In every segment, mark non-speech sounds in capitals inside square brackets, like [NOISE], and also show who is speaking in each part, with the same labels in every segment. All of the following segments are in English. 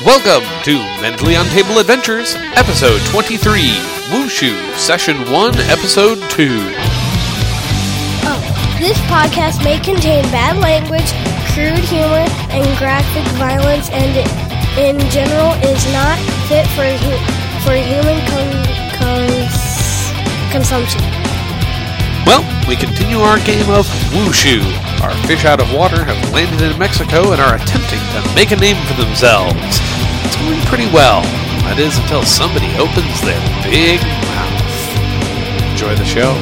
Speaker 1: Welcome to Mentally Untable Adventures, Episode 23, Wushu, Session 1, Episode 2.
Speaker 2: This podcast may contain bad language, crude humor, and graphic violence, and it, in general is not fit for hu- for human con- cons- consumption.
Speaker 1: Well, we continue our game of Wushu. Our fish out of water have landed in Mexico and are attempting to make a name for themselves. It's going pretty well. That is until somebody opens their big mouth. Enjoy the show.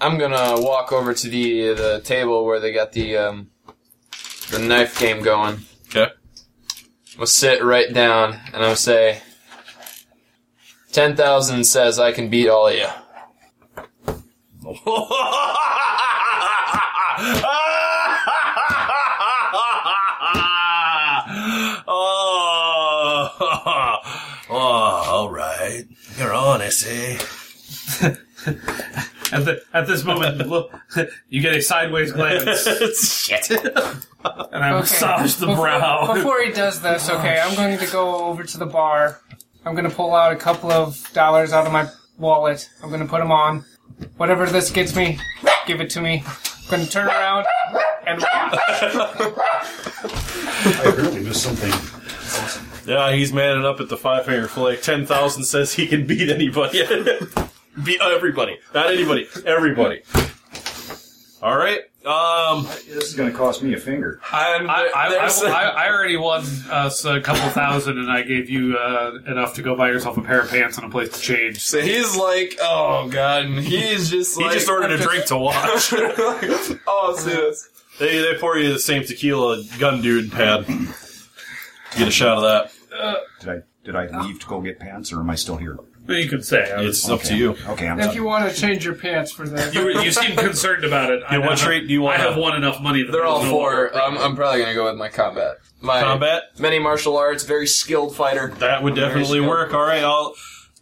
Speaker 3: I'm gonna walk over to the the table where they got the um, the knife game going.
Speaker 1: Okay.
Speaker 3: We'll sit right down, and I'll say, ten thousand says I can beat all of you.
Speaker 4: oh, oh, all right. You're honest, eh?
Speaker 5: [LAUGHS] At, the, at this moment, look, [LAUGHS] you get a sideways glance,
Speaker 4: [LAUGHS] Shit.
Speaker 5: and I massage the
Speaker 6: before, [LAUGHS]
Speaker 5: brow.
Speaker 6: Before he does this, okay, I'm going to go over to the bar. I'm going to pull out a couple of dollars out of my wallet. I'm going to put them on. Whatever this gets me, give it to me. I'm going to turn around and
Speaker 4: Yeah, he's manning up at the five finger fillet. Ten thousand says he can beat anybody. [LAUGHS] beat everybody, not anybody, everybody. All right. Um,
Speaker 7: This is going to cost me a finger.
Speaker 4: I'm,
Speaker 5: I, I,
Speaker 4: there's-
Speaker 5: I, I- I already won us a couple thousand, and I gave you uh, enough to go buy yourself a pair of pants and a place to change.
Speaker 3: So he's like, oh god, and he's just
Speaker 4: [LAUGHS] he
Speaker 3: like, [LAUGHS]
Speaker 4: just ordered a drink to watch.
Speaker 3: oh, serious.
Speaker 4: They they pour you the same tequila gun dude pad. Get a shot of that.
Speaker 7: Did I did I leave to go get pants, or am I still here?
Speaker 5: You could say. I was,
Speaker 4: It's up to you.
Speaker 7: Okay, I'm
Speaker 6: if you
Speaker 7: done.
Speaker 6: want to change your pants for that.
Speaker 5: you, you seem concerned about it. I
Speaker 4: Yeah, what
Speaker 5: have-
Speaker 4: trait do you want?
Speaker 5: I have won enough money. That
Speaker 3: They're all
Speaker 5: there's no longer-
Speaker 3: four. I'm, I'm probably gonna go with my combat. My
Speaker 4: Combat?
Speaker 3: many martial arts, very skilled fighter.
Speaker 4: That would
Speaker 3: I'm very
Speaker 4: definitely
Speaker 3: skilled.
Speaker 4: work. All right, I'll.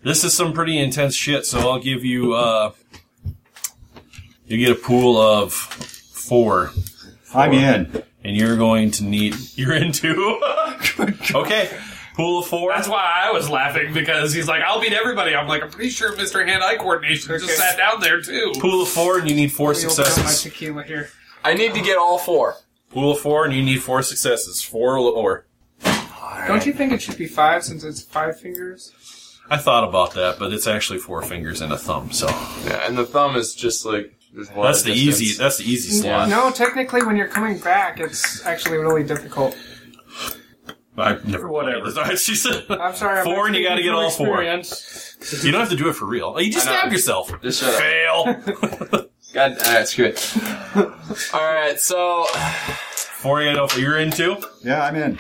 Speaker 4: This is some pretty intense shit, so I'll give you. uh You get a pool of four,
Speaker 7: I'm in.
Speaker 4: and you're going to need. [LAUGHS] You're in two. okay, pool of four.
Speaker 5: That's why I was laughing because he's like, "I'll beat everybody." I'm like, "I'm pretty sure Mr. Hand-Eye Coordination just sat down there too."
Speaker 4: Pool of four, and you need four
Speaker 6: Let me open up my
Speaker 4: successes.
Speaker 6: tequila here.
Speaker 3: I need to get all four.
Speaker 4: Pool of four, and you need four successes. Four or lower.
Speaker 6: Don't you think it should be five since it's five fingers?
Speaker 4: I thought about that, but it's actually four fingers and a thumb. So
Speaker 3: Yeah, and the thumb is just like.
Speaker 4: that's the easy. That's the easy slot.
Speaker 6: No, technically, when you're coming back, it's actually really difficult.
Speaker 4: I never.
Speaker 5: Whatever.
Speaker 4: [LAUGHS] She said.
Speaker 6: I'm sorry. I'm
Speaker 4: Four, and you
Speaker 6: speaking
Speaker 4: gotta get
Speaker 6: from
Speaker 4: all four.
Speaker 6: experience.
Speaker 4: You don't have to do it for real. You just
Speaker 3: I know.
Speaker 4: stab yourself.
Speaker 3: Just shut up.
Speaker 4: Fail.
Speaker 6: [LAUGHS]
Speaker 3: God, all right, screw it. all right, so
Speaker 4: Four eight oh four. You're in too.
Speaker 7: Yeah, I'm in.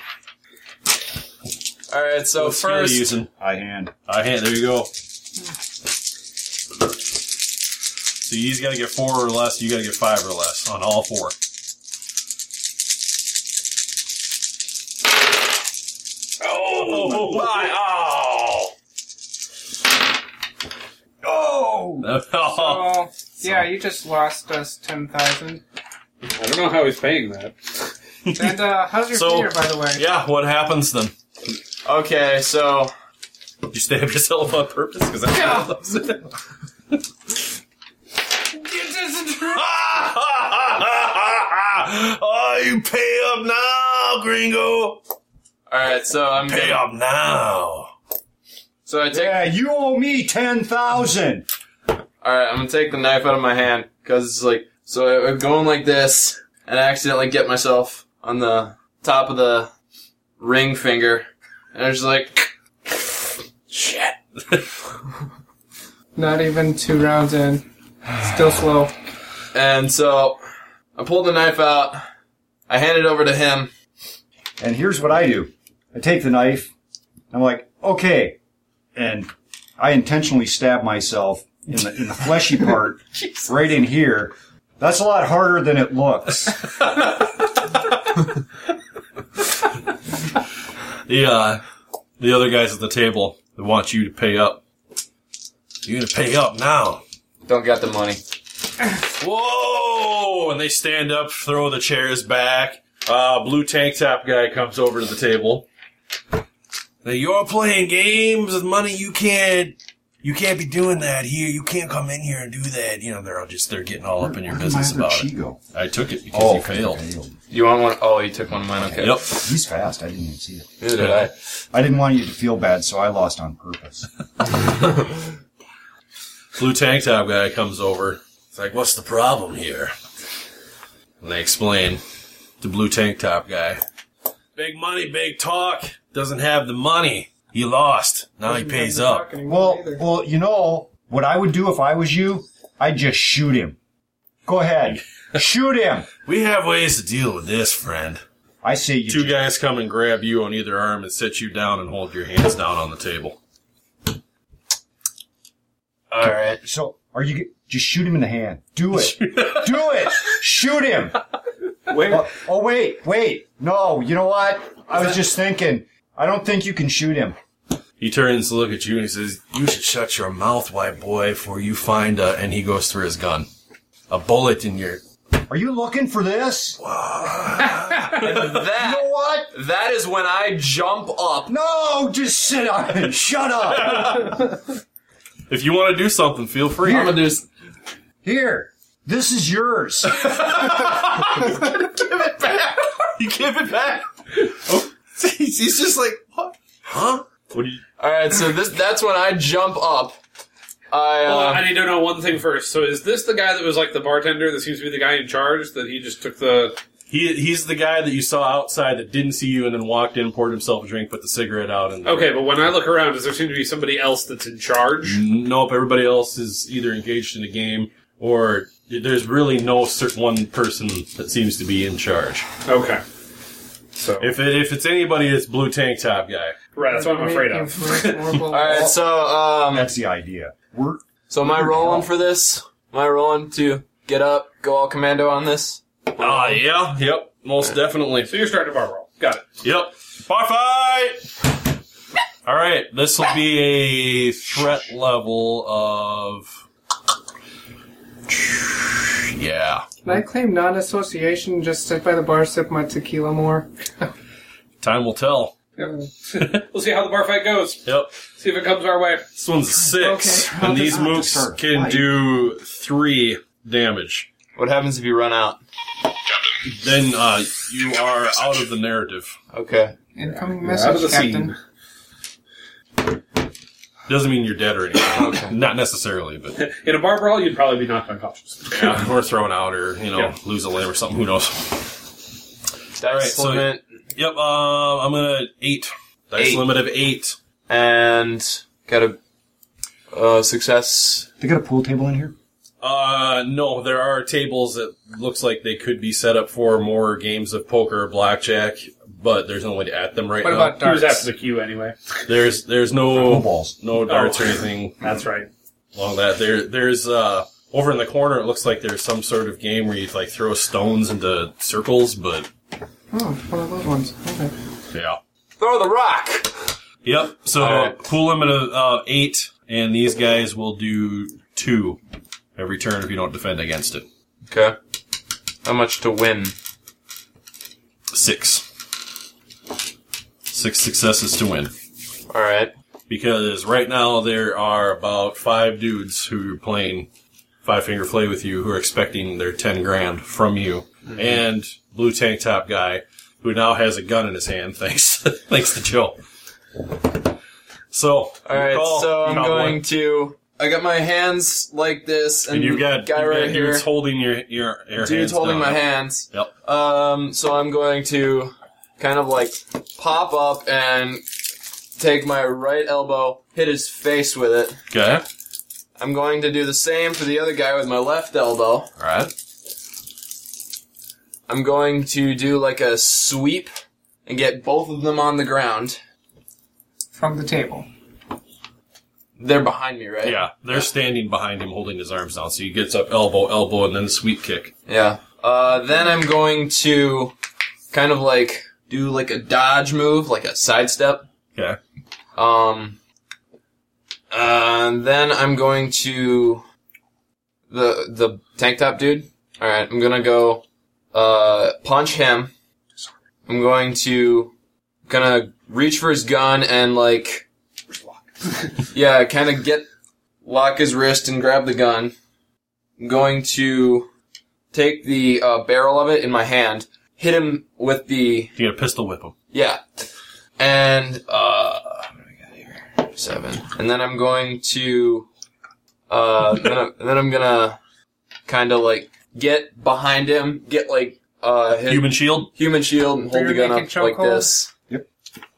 Speaker 3: all right, so
Speaker 4: What skill are you
Speaker 3: first
Speaker 4: using?
Speaker 7: I hand.
Speaker 4: I hand. There you go. So you got to get four or less. You got to get five or less on all four. Oh, my! Oh,
Speaker 7: Oh,
Speaker 4: oh.
Speaker 6: Oh, yeah, you just lost us 10,000.
Speaker 5: I don't know how he's paying that.
Speaker 6: And, uh, how's your
Speaker 4: So-
Speaker 6: finger, by the way?
Speaker 4: [LAUGHS] yeah. What happens then?
Speaker 3: Okay, so
Speaker 4: You stab yourself on purpose because that's
Speaker 6: Yeah.
Speaker 4: what happens.
Speaker 6: It doesn't hurt.
Speaker 4: [LAUGHS] oh, you pay up now, gringo.
Speaker 3: all right, so I'm
Speaker 4: Pay
Speaker 3: gonna,
Speaker 4: up now.
Speaker 3: so I take
Speaker 7: yeah, you owe me ten thousand.
Speaker 3: all right. I'm gonna take the knife out of my hand because it's like so I- I'm going like this, and I accidentally get myself on the top of the ring finger, and it's just like shit.
Speaker 6: Not even two rounds in. Still slow.
Speaker 3: And so I pulled the knife out. I hand it over to him.
Speaker 7: And here's what I do: I take the knife. And I'm like, okay, and I intentionally stab myself in the in the
Speaker 4: [LAUGHS]
Speaker 7: fleshy part, right in here. That's a lot harder than it looks.
Speaker 4: The uh, the other guys at the table they want you to pay up. You're gonna pay up now.
Speaker 3: Don't got the money.
Speaker 4: Whoa! And they stand up, throw the chairs back. Uh, blue tank top guy comes over to the table. Now, You're playing games with money you can't. You can't be doing that here. You can't come in here and do that. You know they're all just they're getting all up in [LAUGHS] your business about it.
Speaker 7: Chigo.
Speaker 4: I took it because
Speaker 3: Oh,
Speaker 4: you
Speaker 7: Oh,
Speaker 4: failed.
Speaker 3: You want one? Oh, you took one of mine. Okay.
Speaker 4: Yep.
Speaker 7: He's fast. I didn't even see it.
Speaker 3: Neither did I.
Speaker 7: I didn't want you to feel bad, so I lost on purpose.
Speaker 4: Blue tank top guy comes over. It's like, what's the problem here? And they explain to blue tank top guy. Big money, big talk. Doesn't have the money. He lost. Now he pays up.
Speaker 7: Well, well, you know what I would do if I was you? I'd just shoot him. Go ahead, shoot him.
Speaker 4: We have ways to deal with this, friend.
Speaker 7: I say you.
Speaker 4: Two guys come and grab you on either arm and sit you down and hold your hands down on the table.
Speaker 3: All right.
Speaker 7: So are you? Just shoot him in the hand. Do it. do it. Shoot him.
Speaker 3: Wait.
Speaker 7: Oh, oh, wait, wait. No, you know what? I was just thinking. I don't think you can shoot him.
Speaker 4: He turns to look at you and he says, You should shut your mouth, white boy, before you find a. And he goes through his gun. A bullet in your.
Speaker 7: Are you looking for this? You
Speaker 3: [LAUGHS] that
Speaker 7: know what?
Speaker 3: that is when I jump up.
Speaker 7: No, just sit on it. Shut up.
Speaker 4: If you want to do something, feel free.
Speaker 3: I'm gonna do. s-
Speaker 7: Here, this is yours.
Speaker 4: You give
Speaker 3: [LAUGHS]
Speaker 4: it back. Oh, he's just like, what? huh? What do you?
Speaker 3: All right. So this that's when I jump up. I.
Speaker 5: Well, I
Speaker 3: Uh,
Speaker 5: need to know one thing first. So, is this the guy that was like the bartender that seems to be the guy in charge that he just took the.
Speaker 4: He he's the guy that you saw outside that didn't see you and then walked in, poured himself a drink, put the cigarette out, and
Speaker 5: Okay, but when I look around, does there seem to be somebody else that's in charge?
Speaker 3: Mm.
Speaker 4: Nope, everybody else is either engaged in a game or there's really no certain one person that seems to be in charge.
Speaker 5: Okay. So.
Speaker 4: If it, if it's anybody, it's blue tank top guy.
Speaker 5: right, that's what I'm afraid of.
Speaker 3: all right. So um.
Speaker 7: That's the idea. We're
Speaker 3: So am I rolling for this? Am I rolling to get up, go all commando on this?
Speaker 4: Ah, yeah, yep, most definitely.
Speaker 5: So, you're starting a bar roll. Got it.
Speaker 4: Yep. Bar fight! Alright, this will be a threat level of. Yeah.
Speaker 6: Can I claim non-association? Just sit by the bar, sip my tequila more.
Speaker 4: Time will tell.
Speaker 5: We'll see how the bar fight goes.
Speaker 4: Yep.
Speaker 5: See if it comes our way.
Speaker 4: This one's a six,
Speaker 6: Okay.
Speaker 4: and these
Speaker 7: I'll just
Speaker 4: mooks
Speaker 7: start
Speaker 4: can
Speaker 7: fight.
Speaker 4: do three damage.
Speaker 3: What happens if you run out?
Speaker 4: Then uh, you are out of the narrative.
Speaker 3: Okay.
Speaker 6: Incoming
Speaker 5: out of the
Speaker 6: message,
Speaker 5: scene.
Speaker 6: Captain.
Speaker 4: Doesn't mean you're dead or
Speaker 3: [LAUGHS]
Speaker 4: anything. [COUGHS] Not necessarily, but
Speaker 5: In a bar brawl, you'd probably be knocked unconscious.
Speaker 4: yeah, or thrown out, or you know,
Speaker 5: Yeah.
Speaker 4: lose a limb or something. Who knows?
Speaker 3: Dice
Speaker 4: right, so-
Speaker 3: limit
Speaker 4: Yep. Uh, I'm gonna eight. Dice
Speaker 3: Eight.
Speaker 4: limit of eight.
Speaker 3: and got a uh, success.
Speaker 7: they got a pool table in here.
Speaker 4: Uh, no, there are tables that looks like they could be set up for more games of poker or blackjack, but there's no way to at them right
Speaker 6: What
Speaker 4: now.
Speaker 6: about
Speaker 5: He was
Speaker 6: darts?
Speaker 5: after the queue anyway.
Speaker 4: there's there's no
Speaker 7: Balls.
Speaker 4: no darts or anything
Speaker 5: That's right.
Speaker 4: along that. There there's uh over in the corner it looks like there's some sort of game where you like throw stones into circles, but
Speaker 6: Oh, one of those ones. Okay.
Speaker 4: yeah.
Speaker 3: Throw the rock.
Speaker 4: Yep. So
Speaker 3: Alright.
Speaker 4: pool limit of uh, eight, and these guys will do two every turn if you don't defend against it.
Speaker 3: Okay. How much to win?
Speaker 4: Six. Six successes to win.
Speaker 3: All right.
Speaker 4: Because right now there are about five dudes who are playing Five Finger Flay with you who are expecting their ten grand from you. And blue tank top guy who now has a gun in his hand [LAUGHS] thanks thanks to Joe. So
Speaker 3: All right.
Speaker 4: recall,
Speaker 3: so I'm
Speaker 4: cowboy.
Speaker 3: going to. I got my hands like this, and,
Speaker 4: And you've got
Speaker 3: guy
Speaker 4: you've
Speaker 3: right
Speaker 4: got
Speaker 3: here.
Speaker 4: dudes holding your your, your hands
Speaker 3: dude's holding
Speaker 4: down.
Speaker 3: my hands.
Speaker 4: Yep.
Speaker 3: Um. So I'm going to kind of like pop up and take my right elbow, hit his face with it.
Speaker 4: Okay.
Speaker 3: I'm going to do the same for the other guy with my left elbow.
Speaker 4: All right.
Speaker 3: I'm going to do like a sweep and get both of them on the ground.
Speaker 6: From the table.
Speaker 3: They're behind me, right?
Speaker 4: Yeah, they're standing behind him, holding his arms down. So he gets up, elbow, elbow, and then sweep kick.
Speaker 3: Yeah. Uh, then I'm going to kind of like do like a dodge move, like a sidestep.
Speaker 4: Okay.
Speaker 3: Um, Uh, and then I'm going to the the tank top dude. All right, I'm gonna go uh, punch him. I'm going to gonna reach for his gun and like, yeah, kind of get lock his wrist and grab the gun. I'm going to take the uh, barrel of it in my hand, hit him with the
Speaker 4: You gotta pistol whip him.
Speaker 3: yeah. And, uh, what do I got here? Seven. And then I'm going to,
Speaker 7: [LAUGHS]
Speaker 3: uh, then, I'm, then I'm gonna kinda like get behind him, get like, uh, his
Speaker 4: Human shield.
Speaker 3: human shield and hold the
Speaker 6: Rear
Speaker 3: gun
Speaker 6: naked
Speaker 3: up like
Speaker 6: chokehold.
Speaker 3: this.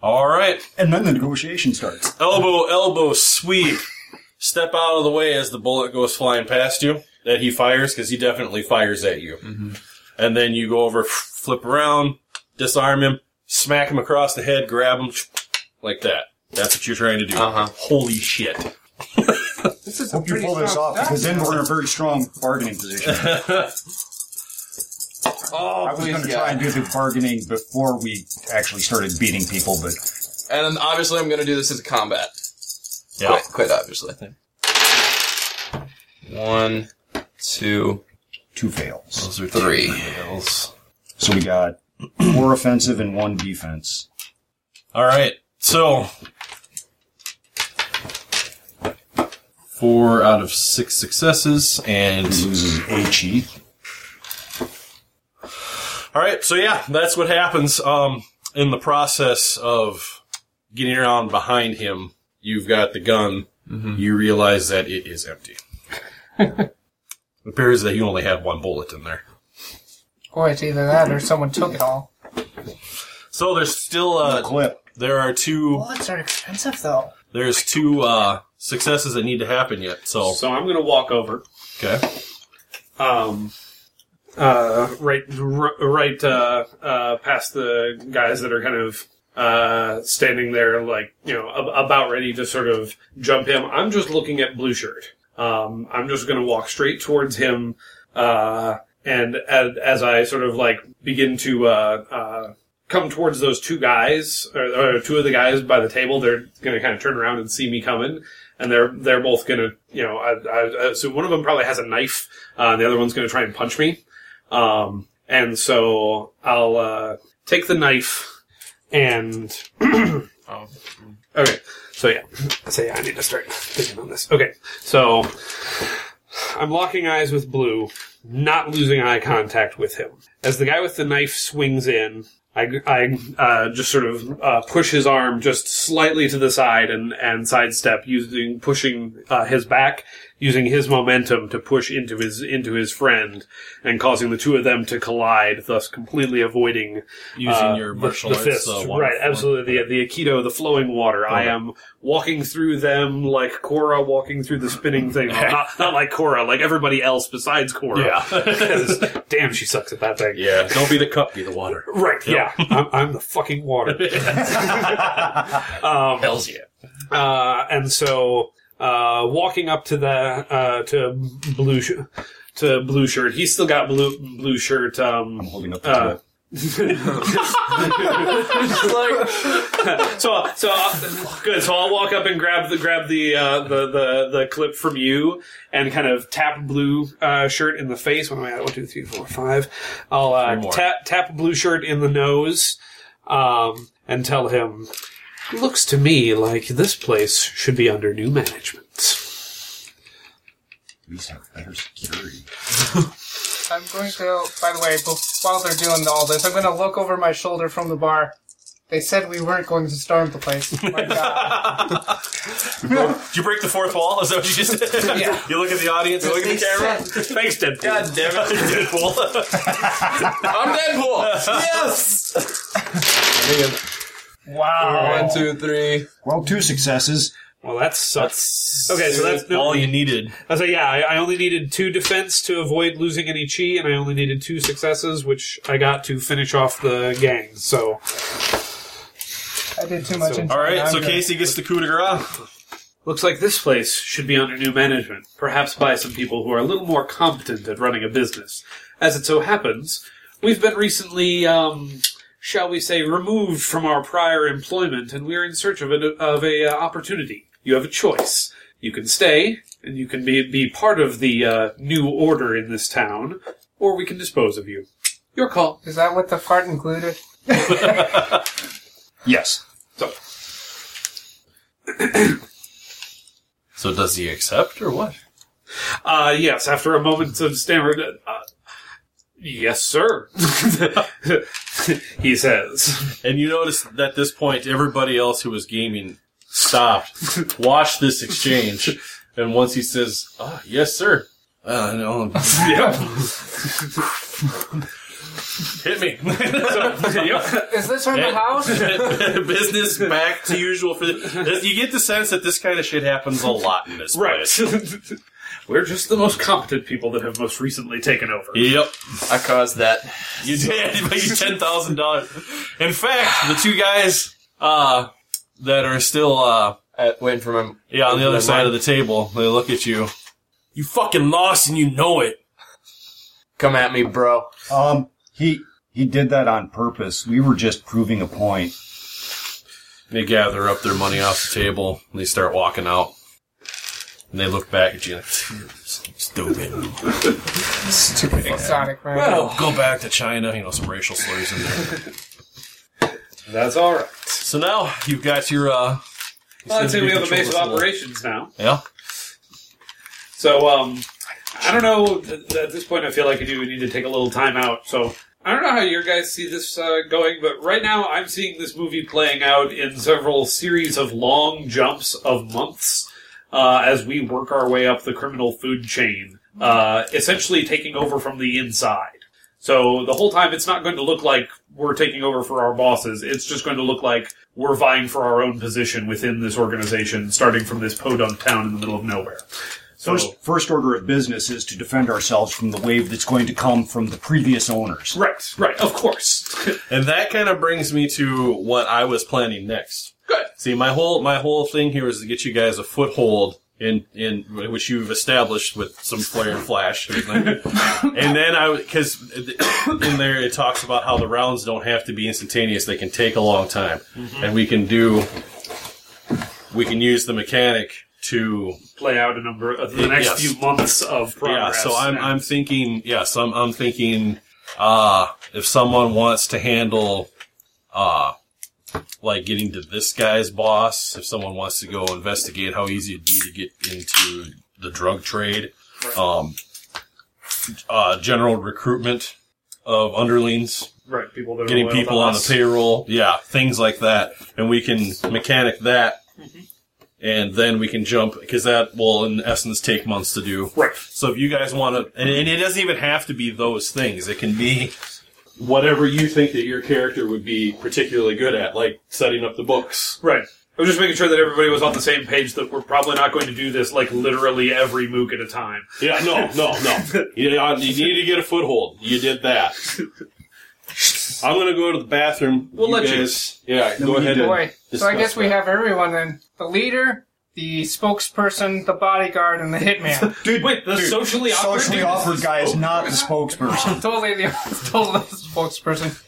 Speaker 4: All right.
Speaker 7: And then the negotiation starts.
Speaker 4: Elbow, elbow, sweep. Step out of the way as the bullet goes flying past you. That he fires because he definitely fires at you. And then you go over, f- flip around, disarm him, smack him across the head, grab him, like that. That's what you're trying to do.
Speaker 3: Uh-huh.
Speaker 4: Holy shit!
Speaker 6: This is a
Speaker 7: Hope you
Speaker 6: pretty
Speaker 7: pull this
Speaker 6: strong
Speaker 7: off because
Speaker 6: stuff.
Speaker 7: then we're in a very strong bargaining position.
Speaker 6: [LAUGHS]
Speaker 3: Oh,
Speaker 7: I was going to try and do the bargaining before we actually started beating people, but
Speaker 3: And then obviously I'm gonna do this as combat.
Speaker 4: Yeah.
Speaker 3: Quite, quite obviously. One, two,
Speaker 7: two fails.
Speaker 4: Those are
Speaker 3: three.
Speaker 7: So we got four offensive and one defense.
Speaker 4: All right. So four out of six successes, and
Speaker 7: He loses HE.
Speaker 4: all right. So yeah, that's what happens. Um, in the process of getting around behind him, you've got the gun.
Speaker 5: Mm-hmm.
Speaker 4: You realize that it is
Speaker 5: [LAUGHS]
Speaker 4: empty. it appears that you only had one bullet in there.
Speaker 6: Boy, it's either that or someone took it all.
Speaker 4: So there's still uh,
Speaker 7: Clip.
Speaker 4: there are two
Speaker 6: Bullets are expensive, though.
Speaker 4: there's two uh, successes that need to happen yet. So
Speaker 5: So I'm going to walk over.
Speaker 4: okay.
Speaker 5: um, uh, right, r- right, uh, uh, past the guys that are kind of uh, standing there, like you know, ab- about ready to sort of jump him. I'm just looking at Blue Shirt. Um, I'm just going to walk straight towards him, uh, and as, as I sort of like begin to uh, uh, come towards those two guys, or, or two of the guys by the table, they're going to kind of turn around and see me coming. And they're they're both gonna you know I, I, I, so one of them probably has a knife uh, the other one's going to try and punch me. Um, and so I'll uh, take the knife and. okay. So yeah, so yeah, I need to start thinking on this. Okay, so I'm locking eyes with Blue, not losing eye contact with him. As the guy with the knife swings in, I, I uh, just sort of uh, push his arm just slightly to the side and, and sidestep, using pushing uh, his back, using his momentum to push into his into his friend, and causing the two of them to collide, thus completely avoiding
Speaker 4: Using
Speaker 5: uh,
Speaker 4: your
Speaker 5: the-
Speaker 4: martial
Speaker 5: the,
Speaker 4: arts,
Speaker 5: fist,
Speaker 4: uh, water
Speaker 5: right?
Speaker 4: form.
Speaker 5: Absolutely, the, the aikido, the flowing water. I am walking through them like Korra walking through the spinning
Speaker 4: [LAUGHS]
Speaker 5: thing. Well, not, not like Korra, like everybody else besides Korra. [LAUGHS] Yeah. Damn, she sucks at that thing.
Speaker 4: Yeah, don't be the cup, be the water.
Speaker 5: Right.
Speaker 4: [LAUGHS]
Speaker 5: Yeah. I'm, I'm the fucking water. um,
Speaker 4: Hells yeah.
Speaker 5: uh, and so uh, walking up to the uh, to blue sh- to blue shirt, he's still got blue blue shirt. Um,
Speaker 7: I'm holding up the
Speaker 5: Uh,
Speaker 7: clip.
Speaker 5: so so I'll, good. So I'll walk up and grab the grab the uh, the, the the clip from you and kind of tap blue uh, shirt in the face. What am I at? One, two, three, four, five. I'll uh,
Speaker 4: Three more.
Speaker 5: tap tap blue shirt in the nose um, and tell him. Looks to me like this place should be under new management.
Speaker 7: These have better security.
Speaker 6: I'm going to. By the way, bef- while they're doing all this, I'm going to look over my shoulder from the bar. They said we weren't going to storm the
Speaker 4: [LAUGHS]
Speaker 6: place. My God.
Speaker 4: Did you break the fourth wall? Is that what you just [LAUGHS] did?
Speaker 6: Yeah.
Speaker 4: You look at the audience, you look at the camera.
Speaker 5: Thanks, Deadpool.
Speaker 4: God damn it, [LAUGHS] Deadpool.
Speaker 3: I'm Deadpool!
Speaker 7: [LAUGHS]
Speaker 3: yes!
Speaker 6: Wow.
Speaker 3: One, two, three.
Speaker 7: Well, two successes.
Speaker 5: Well, that sucks. okay, so that's
Speaker 4: all you needed.
Speaker 5: I was like, yeah, I, I only needed two defense to avoid losing any chi, and I only needed two successes, which I got to finish off the gang. So
Speaker 6: I did too much. in
Speaker 4: All right,
Speaker 6: time.
Speaker 4: so
Speaker 6: I'm gonna-
Speaker 4: Casey gets the coup de grace.
Speaker 5: looks like this place should be under new management, perhaps by some people who are a little more competent at running a business. As it so happens, we've been recently, um, shall we say, removed from our prior employment, and we're in search of a, of a uh, opportunity. You have a choice. You can stay, and you can be, be part of the uh, new order in this town, or we can dispose of you. Your call.
Speaker 6: Is that what the fart included?
Speaker 7: Yes.
Speaker 5: So,
Speaker 4: So does he accept or what?
Speaker 5: uh, yes, after a moment of stammered, uh, yes, sir, [LAUGHS] he says.
Speaker 4: And you notice that at this point, everybody else who was gaming stopped, watched this exchange, and once he says, "Ah, yes, sir," uh, no,
Speaker 5: Yep.
Speaker 4: hit
Speaker 5: [LAUGHS]
Speaker 4: me.
Speaker 5: yep.
Speaker 6: Is this from the
Speaker 4: [LAUGHS]
Speaker 6: house?
Speaker 4: [LAUGHS] Business back to usual for this. You get the sense that this kind of shit happens a lot in this
Speaker 5: Right. [LAUGHS]
Speaker 4: place.
Speaker 5: We're just the most competent people that have most recently taken over.
Speaker 4: Yep.
Speaker 3: I caused that.
Speaker 4: You did, but you ten thousand dollars. In fact, the two guys uh, that are still uh,
Speaker 3: Uh, waiting for my.
Speaker 4: yeah on the other
Speaker 3: Never
Speaker 4: side
Speaker 3: mind.
Speaker 4: of the table, they look at you. You fucking lost, and you know it.
Speaker 3: Come at me, bro.
Speaker 7: Um, he he did that on purpose. We were just proving a point.
Speaker 4: They gather up their money off the table and they start walking out. And they look back at you like, stupid.
Speaker 6: Exotic, right?
Speaker 4: Go back to China, you know, some racial slurs in there.
Speaker 5: That's all right.
Speaker 4: So now you've got your, uh,
Speaker 5: Well, I'd say we have a
Speaker 4: Control
Speaker 5: base of
Speaker 4: this a little.
Speaker 5: operations now.
Speaker 4: yeah.
Speaker 5: So, um, I don't know. th- At this point, I feel like I do need to take a little time out. So, I don't know how your guys see this uh, going, but right now I'm seeing this movie playing out in several series of long jumps of months uh, as we work our way up the criminal food chain, uh, essentially taking over from the inside. So the whole time, it's not going to look like we're taking over for our bosses. It's just going to look like we're vying for our own position within this organization, starting from this podunk town in the middle of nowhere. So,
Speaker 7: First, first order of business is to defend ourselves from the wave that's going to come from the previous owners.
Speaker 5: Right, right, of [LAUGHS] course.
Speaker 4: And that kind of brings me to what I was planning next.
Speaker 5: Good.
Speaker 4: See, my whole, my whole thing here is to get you guys a foothold in, in, which you've established with some flare and flash. and then I, because in there it talks about how the rounds don't have to be instantaneous; they can take a long time, and we can do, we can use the mechanic to
Speaker 5: Play out a number of the next
Speaker 4: Yes.
Speaker 5: few months of progress.
Speaker 4: yeah, so I'm
Speaker 5: And-
Speaker 4: I'm thinking yes, I'm I'm thinking uh if someone wants to handle uh like getting to this guy's boss, if someone wants to go investigate how easy it'd be to get into the drug trade, um uh general recruitment of underlings
Speaker 5: right. People that are
Speaker 4: getting
Speaker 5: loyal to
Speaker 4: people on the
Speaker 5: us.
Speaker 4: payroll, yeah, things like that, and we can mechanic that, and then we can jump because that will, in essence, take months to do.
Speaker 5: Right.
Speaker 4: So if you guys want to, and, and it doesn't even have to be those things. It can be whatever you think that your character would be particularly good at, like setting up the books.
Speaker 5: Right. I was just making sure that everybody was on the same page that we're probably not going to do this like literally every mook at a time.
Speaker 4: Yeah, no, no, [LAUGHS] no. you, uh, you need to get a foothold. You did that. I'm gonna go to the bathroom.
Speaker 5: We'll let you.
Speaker 4: you. Yeah, go ahead. and
Speaker 6: Boy. So
Speaker 4: discuss
Speaker 6: I guess we
Speaker 4: that.
Speaker 6: have everyone then. The leader, the spokesperson, the bodyguard, and
Speaker 4: [LAUGHS]
Speaker 6: the hitman.
Speaker 7: Dude,
Speaker 5: Wait, the socially awkward
Speaker 7: socially
Speaker 5: dude is
Speaker 7: awkward
Speaker 5: the
Speaker 7: guy is not the spokesperson.
Speaker 6: totally the [LAUGHS] totally the spokesperson.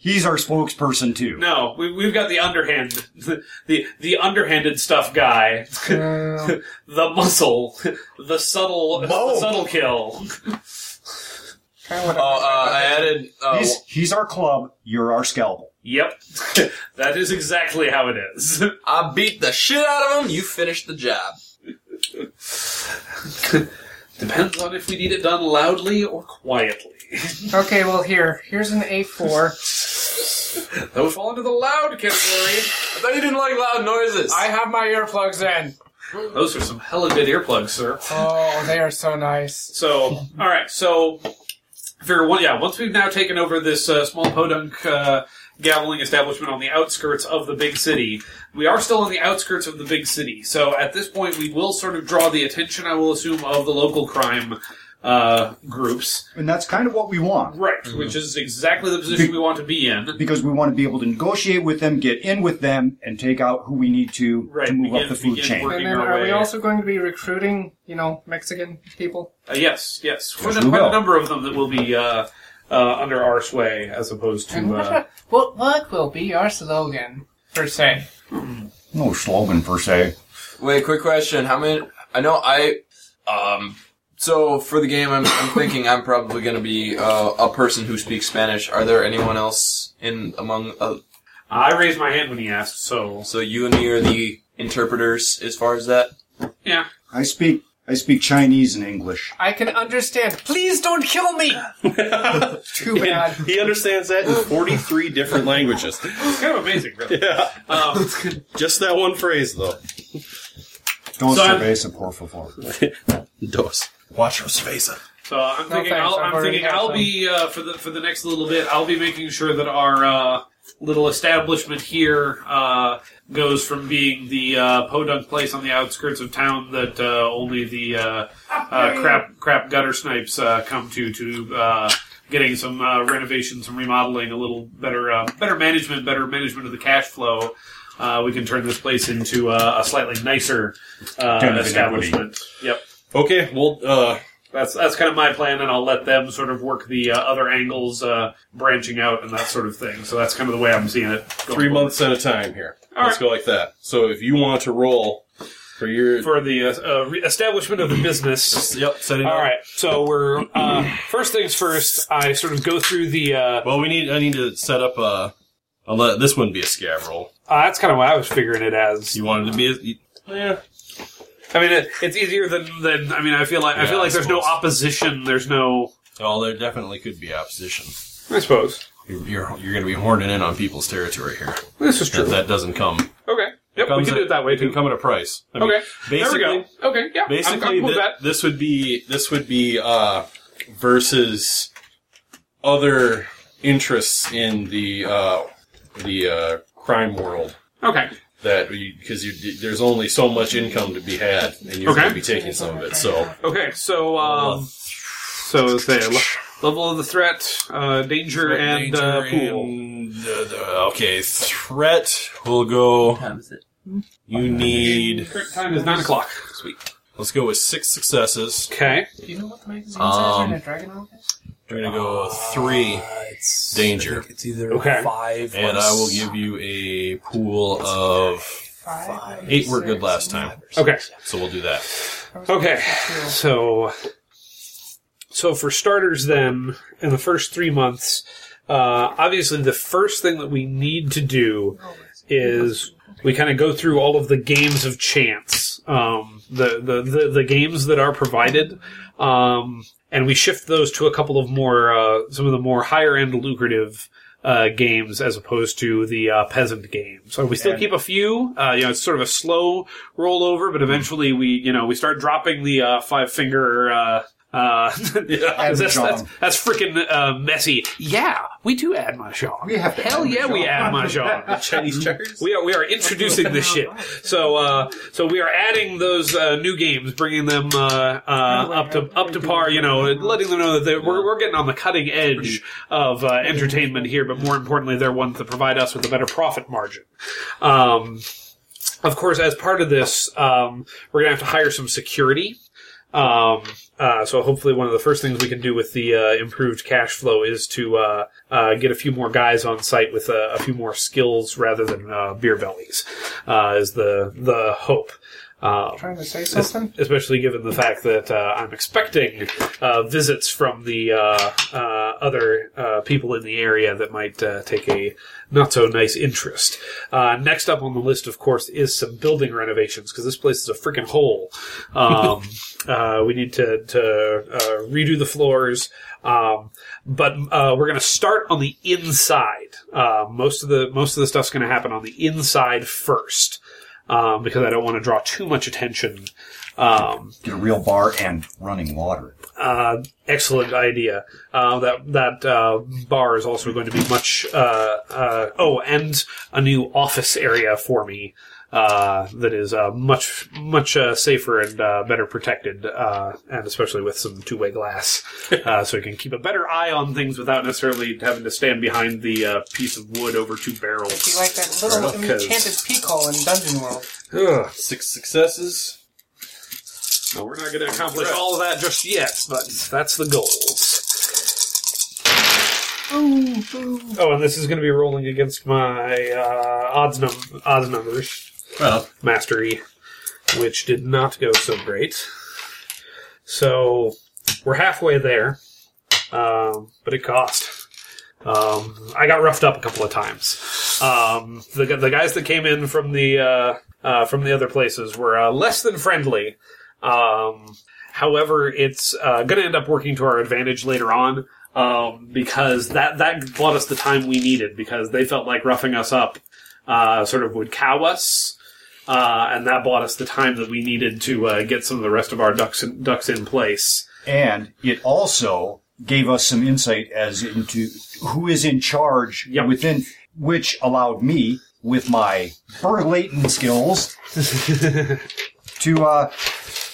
Speaker 7: He's our spokesperson too.
Speaker 5: No, we, we've got the underhand, [LAUGHS] the, the underhanded stuff guy, [LAUGHS]
Speaker 6: Uh,
Speaker 5: the muscle, [LAUGHS] the subtle, the subtle kill.
Speaker 6: kinda what I-
Speaker 3: Oh, uh, I added. Uh,
Speaker 7: He's he's our club. You're our scalpel.
Speaker 5: Yep, [LAUGHS] that is exactly how it is. [LAUGHS]
Speaker 3: I beat the shit out of him. You finished the job.
Speaker 5: Depends on if we need it done loudly or quietly.
Speaker 6: okay, well here, here's an A4.
Speaker 5: That would fall into the loud category.
Speaker 3: I thought you didn't like loud noises.
Speaker 6: I have my earplugs in.
Speaker 5: Those are some hella good earplugs, sir.
Speaker 6: Oh, they are so nice.
Speaker 5: So, all right. So, figure one. Yeah, once we've now taken over this uh, small podunk uh, gambling establishment on the outskirts of the big city, we are still on the outskirts of the big city. So, at this point, we will sort of draw the attention, I will assume, of the local crime uh, groups,
Speaker 7: And that's kind of what we want.
Speaker 5: right? Which is exactly the position we want to be in.
Speaker 7: Because we want to be able to negotiate with them, get in with them, and take out who we need to
Speaker 5: Right,
Speaker 7: to move
Speaker 5: begin-
Speaker 7: up the food
Speaker 5: begin
Speaker 7: chain.
Speaker 5: work-
Speaker 6: And
Speaker 5: Working
Speaker 6: then
Speaker 5: our
Speaker 6: are we
Speaker 5: way.
Speaker 6: also going to be recruiting, you know, Mexican people?
Speaker 5: Uh, yes, yes. There's
Speaker 7: we
Speaker 5: quite a
Speaker 7: will.
Speaker 5: number of them that will be uh, uh, under our sway, as opposed
Speaker 6: [LAUGHS]
Speaker 5: to.
Speaker 6: And
Speaker 5: Uh,
Speaker 6: what, what what will be our slogan per se?
Speaker 7: No slogan per se.
Speaker 3: Wait, quick question. How many? I know I. Um. So for the game, I'm, I'm thinking I'm probably going to be uh, a person who speaks Spanish. Are there anyone else in among? Uh,
Speaker 5: I raised my hand when he asked, so
Speaker 3: so you and me are the interpreters as far as that.
Speaker 5: yeah.
Speaker 7: I speak I speak Chinese and English.
Speaker 6: I can understand. Please don't kill me.
Speaker 4: [LAUGHS]
Speaker 6: Too bad.
Speaker 4: He understands that in 43 different languages.
Speaker 5: It's kind of amazing, really.
Speaker 4: Yeah.
Speaker 5: Um,
Speaker 4: Just that one phrase, though.
Speaker 7: Don't
Speaker 5: So I'm-
Speaker 7: cerveza, por favor.
Speaker 4: Dos.
Speaker 8: Watch your face.
Speaker 5: So uh, I'm thinking,
Speaker 6: thanks,
Speaker 5: I'll,
Speaker 6: I've
Speaker 5: I'm
Speaker 6: already
Speaker 5: thinking
Speaker 6: got
Speaker 5: I'll
Speaker 6: some.
Speaker 5: be uh, for the for the next little bit. I'll be making sure that our uh, little establishment here uh, goes from being the uh, podunk place on the outskirts of town that uh, only the uh, uh, crap crap gutter snipes uh, come to to uh, getting some uh, renovation, some remodeling, a little better uh, better management, better management of the cash flow. Uh, we can turn this place into uh, a slightly nicer uh,
Speaker 4: equity.
Speaker 5: establishment. Yep.
Speaker 4: Okay, well, uh,
Speaker 5: That's that's kind of my plan, and I'll let them sort of work the uh, other angles, uh, branching out and that sort of thing. So that's kind of the way I'm seeing it. going
Speaker 4: three
Speaker 5: forward.
Speaker 4: months at a time here.
Speaker 5: All
Speaker 4: Let's
Speaker 5: right.
Speaker 4: go like that. So if you want to roll for your.
Speaker 5: for the uh, uh, re- establishment of the business.
Speaker 8: Yep, setting
Speaker 5: All
Speaker 8: up.
Speaker 5: right, so we're uh, first things first. I sort of go through the. Uh,
Speaker 4: Well, we need. I need to set up a. I'll let this one be a scab roll.
Speaker 5: uh, that's kind of what I was figuring it as.
Speaker 4: You wanted to be. A, you, yeah.
Speaker 5: I mean, it, it's easier than, than. I mean, I feel like I
Speaker 4: Yeah,
Speaker 5: feel like
Speaker 4: I
Speaker 5: there's no
Speaker 4: suppose.
Speaker 5: opposition. There's no.
Speaker 4: Oh, there definitely could be opposition.
Speaker 5: I suppose
Speaker 4: You're you're, you're going to be horning in on people's territory here.
Speaker 5: this is true.
Speaker 4: If that doesn't come,
Speaker 5: Okay. Yep, we
Speaker 4: comes
Speaker 5: can
Speaker 4: at-
Speaker 5: do it that way
Speaker 4: it
Speaker 5: too.
Speaker 4: can come at a price. I mean,
Speaker 5: okay. There we
Speaker 4: Basically,
Speaker 5: go. Okay. Yeah. I'm, I'm
Speaker 4: basically
Speaker 5: cool with
Speaker 4: thi-
Speaker 5: that.
Speaker 4: this would be this would be uh, versus other interests in the uh, the uh, crime world
Speaker 5: Okay.
Speaker 4: that because you, there's only so much income to be had and you're
Speaker 5: Okay.
Speaker 4: going to be taking some of it so
Speaker 5: Okay, so um, so let's say le- level of the threat, uh, danger, and uh, pool.
Speaker 4: And, uh, the- okay threat will go
Speaker 3: Times it.
Speaker 4: you need
Speaker 5: Current time is nine o'clock.
Speaker 4: sweet let's go with six successes
Speaker 5: Okay,
Speaker 6: Do you know what the magazine
Speaker 4: Um,
Speaker 6: says in a dragon roll?
Speaker 4: we're going to go three
Speaker 9: Uh, it's
Speaker 4: Danger.
Speaker 9: I think It's either
Speaker 5: Okay.
Speaker 9: five.
Speaker 4: and
Speaker 9: or
Speaker 4: I will
Speaker 9: s-
Speaker 4: give you a pool of
Speaker 6: Five.
Speaker 4: Eight were good last time,
Speaker 9: five or
Speaker 5: okay,
Speaker 4: so we'll do that.
Speaker 5: okay. So, so for starters, then in the first three months, uh, obviously the first thing that we need to do is we kind of go through all of the games of chance, um, the, the the the games that are provided, um, and we shift those to a couple of more uh, some of the more higher end lucrative. Uh, games as opposed to the uh, peasant game. So we still keep a few. Uh, you know, it's sort of a slow rollover, but eventually we, you know, we start dropping the uh, five finger. Uh, uh, [LAUGHS] that's, that's,
Speaker 7: Mahjong.
Speaker 5: that's freaking uh, messy. Yeah, we do add mahjong.
Speaker 7: We have to
Speaker 5: Hell
Speaker 7: add
Speaker 5: yeah, we add
Speaker 7: [LAUGHS]
Speaker 5: mahjong.
Speaker 4: Chinese checkers.
Speaker 5: We are we are introducing this shit. So uh, so we are adding those uh, new games, bringing them uh, uh, up to up to par. You know, and letting them know that they're, we're we're getting on the cutting edge of uh, entertainment here. But more importantly, they're ones that provide us with a better profit margin. Um, of course, as part of this, um, we're gonna have to hire some security. Um, uh, so hopefully one of the first things we can do with the uh, improved cash flow is to uh, uh, get a few more guys on site with a, a few more skills rather than uh, beer bellies uh, is the the hope. Um,
Speaker 6: Trying to say something?
Speaker 5: especially given the fact that uh, I'm expecting uh, visits from the uh, uh, other uh, people in the area that might uh, take a not so nice interest. Uh, next up on the list, of course, is some building renovations because this place is a freaking hole. Um, uh, we need to, to uh, redo the floors. Um, but uh, we're going to start on the inside. Uh, most of the most of the stuff's going to happen on the inside first, um, because I don't want to draw too much attention um,
Speaker 7: Get a real bar and running water.
Speaker 5: uh, excellent idea. Uh, that that uh, bar is also going to be much. Uh, uh, oh, and a new office area for me uh, that is uh, much much uh, safer and uh, better protected, uh, and especially with some two way glass, uh, so you can keep a better eye on things without necessarily having to stand behind the uh, piece of wood over two barrels.
Speaker 6: Be like that little
Speaker 5: Because-
Speaker 6: enchanted peak hole in Dungeon World.
Speaker 5: Ugh.
Speaker 4: Six successes.
Speaker 5: No, we're not going to accomplish all of that just yet, but that's the goals. Oh, and this is going to be rolling against my uh, odds, num- odds numbers
Speaker 4: Well,
Speaker 5: mastery. which did not go so great. So we're halfway there, um, but it cost. Um, I got roughed up a couple of times. Um, the gu- the guys that came in from the uh, uh, from the other places were uh, less than friendly. Um, however, it's uh, going to end up working to our advantage later on um, because that that bought us the time we needed because they felt like roughing us up uh, sort of would cow us. Uh, and that bought us the time that we needed to uh, get some of the rest of our ducks in, ducks in place.
Speaker 7: And it also gave us some insight as into who is in charge
Speaker 5: Yep.
Speaker 7: within, which allowed me, with my burlating
Speaker 5: [LAUGHS]
Speaker 7: skills, to uh,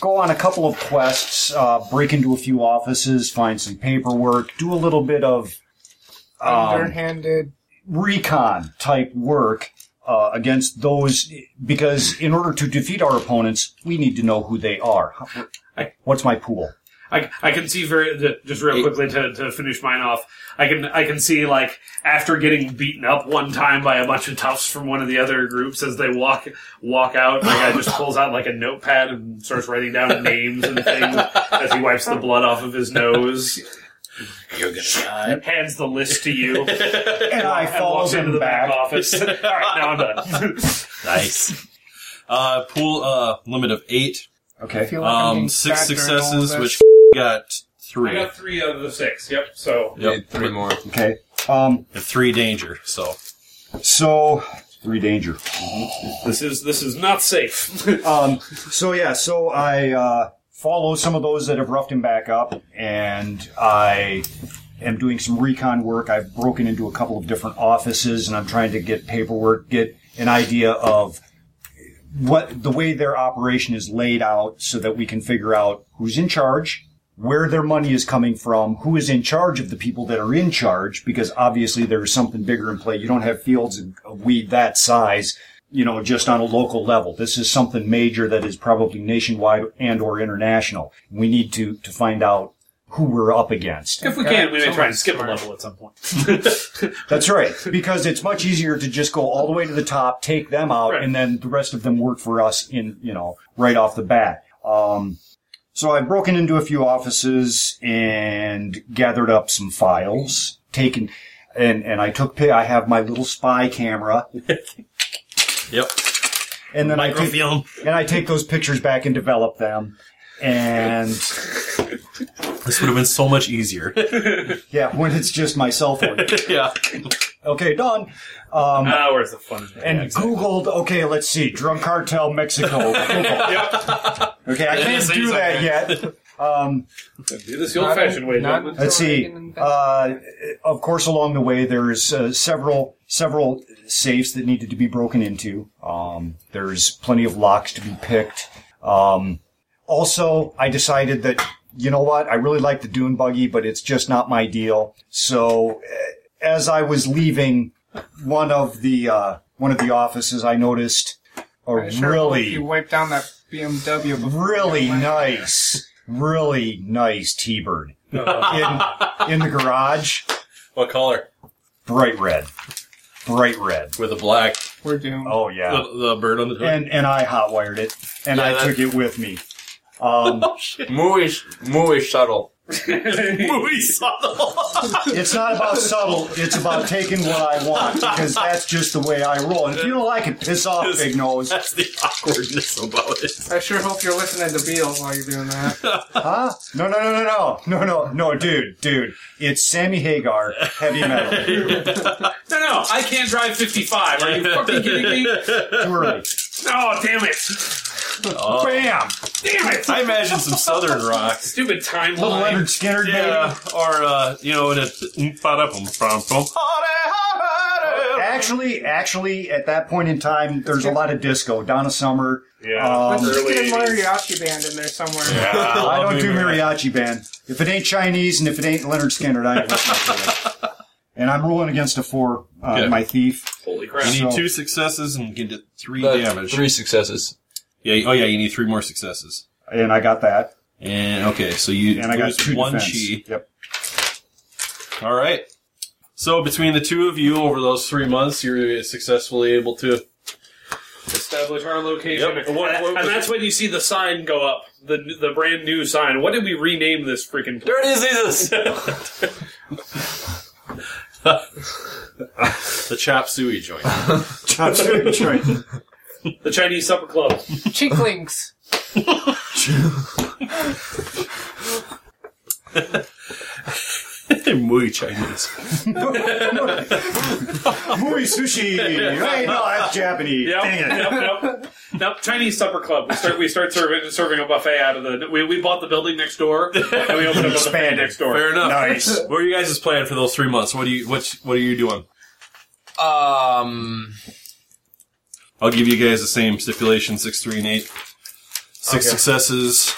Speaker 7: go on a couple of quests, uh, break into a few offices, find some paperwork, do a little bit of
Speaker 6: Underhanded.
Speaker 7: recon type work uh, against those, because in order to defeat our opponents, we need to know who they are. How- What's my pool?
Speaker 5: I, I can see very th- just real quickly to, to finish mine off. I can I can see like after getting beaten up one time by a bunch of toughs from one of the other groups as they walk walk out, my guy just pulls out like a notepad and starts writing down [LAUGHS] names and things as he wipes the blood off of his nose.
Speaker 4: You're gonna die.
Speaker 5: Hands the list to you.
Speaker 7: And I
Speaker 5: and walks
Speaker 7: follow
Speaker 5: into the
Speaker 7: them
Speaker 5: back,
Speaker 7: back.
Speaker 5: office. [LAUGHS] All right, now I'm done.
Speaker 4: Nice. [LAUGHS] Uh, pool uh, limit of eight.
Speaker 6: I
Speaker 7: Okay.
Speaker 6: feel like I'm
Speaker 4: Um,
Speaker 6: being
Speaker 4: six
Speaker 6: fat during all
Speaker 4: successes,
Speaker 6: this.
Speaker 4: which got
Speaker 5: I
Speaker 4: three.
Speaker 5: got three out of the six. Yep. So
Speaker 4: Yep.
Speaker 3: Need three more.
Speaker 7: Okay. Um,
Speaker 4: Three danger. So
Speaker 7: so three danger.
Speaker 5: this is this is not safe.
Speaker 7: Um, so yeah, so I uh, follow some of those that have roughed him back up, and I am doing some recon work. I've broken into a couple of different offices, and I'm trying to get paperwork, get an idea of what the way their operation is laid out, so that we can figure out who's in charge. Where their money is coming from, who is in charge of the people that are in charge, because obviously there's something bigger in play. You don't have fields of weed that size you know, just on a local level. This is something major that is probably nationwide and or international. We need to, to find out who we're up against.
Speaker 5: if [LAUGHS] we can, we may try and skip a level at some point.
Speaker 7: That's right. Because it's much easier to just go all the way to the top, take them out,
Speaker 5: Right.
Speaker 7: and then the rest of them work for us in, you know, right off the bat. Um, so I've broken into a few offices and gathered up some files, taken, and, and I took, pi- I have my little spy camera,
Speaker 4: yep.
Speaker 7: and then I take,
Speaker 4: Microfilm.
Speaker 7: and I take those pictures back and develop them. And
Speaker 4: This would have been so much easier.
Speaker 7: yeah, when it's just my cell phone.
Speaker 4: [LAUGHS] yeah.
Speaker 7: Okay, done. Um,
Speaker 5: Ah, where's the fun? in that?
Speaker 7: and Googled. Okay, let's see. Drug cartel Mexico. Google. Okay, I can't do that yet. Um,
Speaker 5: Do this the old-fashioned way.
Speaker 6: Not-
Speaker 5: gentlemen.
Speaker 7: let's see. Uh, of course, along the way, there's uh, several several safes that needed to be broken into. Um, there's plenty of locks to be picked. Um, also, I decided that you know what, I really like the Dune buggy, but it's just not my deal. So, eh, as I was leaving one of the uh, one of the offices, I noticed a
Speaker 6: Sure,
Speaker 7: Uh, really
Speaker 6: if You wiped down that BMW. before
Speaker 7: really
Speaker 6: you went.
Speaker 7: nice, really nice T-bird
Speaker 4: [LAUGHS]
Speaker 7: in in the garage.
Speaker 4: What color?
Speaker 7: Bright red, bright red.
Speaker 4: With a black
Speaker 6: We're doomed.
Speaker 7: Oh yeah,
Speaker 4: the, the bird on the
Speaker 7: and and I hotwired it, and
Speaker 4: Yeah,
Speaker 7: I
Speaker 4: that-
Speaker 7: took it with me. Um,
Speaker 3: Muy, muy subtle.
Speaker 4: Movie subtle.
Speaker 7: it's not about subtle; it's about taking what I want because that's just the way I roll. And if you don't like it, piss off,
Speaker 4: [LAUGHS]
Speaker 7: big nose.
Speaker 4: That's the awkwardness about it.
Speaker 6: I sure hope you're listening to Beals while you're doing that.
Speaker 7: Huh? No, no, no, no, no, no, no, no, dude, dude. It's Sammy Hagar, heavy metal.
Speaker 5: No, no, I can't drive 55. Are you
Speaker 4: [LAUGHS]
Speaker 5: fucking kidding me?
Speaker 7: Too early.
Speaker 5: [LAUGHS] Oh, damn it.
Speaker 4: Uh,
Speaker 7: Bam!
Speaker 5: Damn it.
Speaker 4: I imagine some southern rock.
Speaker 5: Stupid
Speaker 7: Little
Speaker 5: timeline.
Speaker 7: Leonard Skinner, baby.
Speaker 4: Yeah, or uh, you know, in a
Speaker 7: Actually, actually, at that point in time, there's a lot of disco. Donna Summer.
Speaker 5: Yeah.
Speaker 7: Um,
Speaker 6: Let's just
Speaker 5: Early
Speaker 6: get a
Speaker 5: 80s.
Speaker 6: mariachi band in there somewhere.
Speaker 7: [LAUGHS] I don't do mariachi band. If it ain't Chinese and if it ain't Leonard Skinner, I ain't listening to it. And I'm rolling against a four. Uh,
Speaker 4: Good.
Speaker 7: My thief.
Speaker 5: Holy crap.
Speaker 4: You need
Speaker 7: So-
Speaker 4: two successes and you can get three damage.
Speaker 3: Three successes.
Speaker 4: Yeah. Oh yeah, you need three more successes.
Speaker 7: And I got that.
Speaker 4: And okay, so you
Speaker 7: And I got
Speaker 4: lose
Speaker 7: two
Speaker 4: one
Speaker 7: defense.
Speaker 4: chi.
Speaker 7: Yep.
Speaker 4: All right. So between the two of you, over those three months, you're successfully able to
Speaker 5: establish our location.
Speaker 4: Yep.
Speaker 5: And,
Speaker 4: What- what was
Speaker 5: and that's
Speaker 4: it?
Speaker 5: when you see the sign go up, the the brand new sign. What did we rename this freaking place?
Speaker 4: Dirty Jesus.
Speaker 10: The chop suey
Speaker 7: [LAUGHS]
Speaker 10: joint.
Speaker 7: Chop [LAUGHS] suey joint.
Speaker 5: The Chinese
Speaker 4: [LAUGHS]
Speaker 5: Supper Club.
Speaker 6: Cheeklings.
Speaker 10: Muy Chinese.
Speaker 7: Muy
Speaker 5: [LAUGHS]
Speaker 7: sushi. Hey, no, that's Japanese.
Speaker 5: Yep,
Speaker 7: Dang it.
Speaker 5: yep, yep. Nope, Chinese Supper Club. We start we start serving serving a buffet out of the. We, we bought the building next door and we opened up a buffet
Speaker 7: Expanded.
Speaker 5: next door.
Speaker 4: Fair enough.
Speaker 7: Nice.
Speaker 4: What are you guys' plan for those three months? What do you what what are you doing?
Speaker 3: Um,
Speaker 4: I'll give you guys the same stipulation: six, three, and eight. Six
Speaker 3: Okay.
Speaker 4: successes,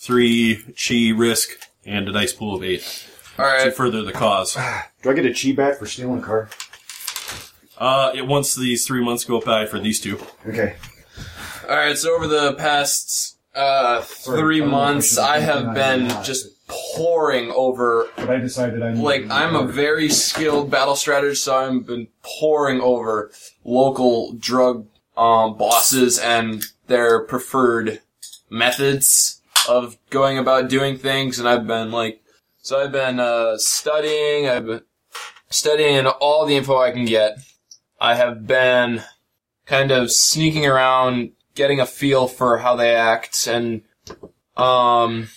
Speaker 4: three chi risk, and a dice pool of eight
Speaker 3: all
Speaker 4: to
Speaker 3: right.
Speaker 4: further the cause.
Speaker 7: Do I get a chi back for stealing a car?
Speaker 4: Uh, it, once these three months go by for these two,
Speaker 7: Okay.
Speaker 3: All right, so over the past uh, three
Speaker 7: Sorry.
Speaker 3: months, I have been just pouring over.
Speaker 7: But I decided I need
Speaker 3: Like, I'm a very skilled battle strategist, so I've been pouring over local drug um, bosses and their preferred methods of going about doing things, and I've been like, so I've been uh, studying. I've been studying all the info I can get. I have been kind of sneaking around, getting a feel for how they act, and um,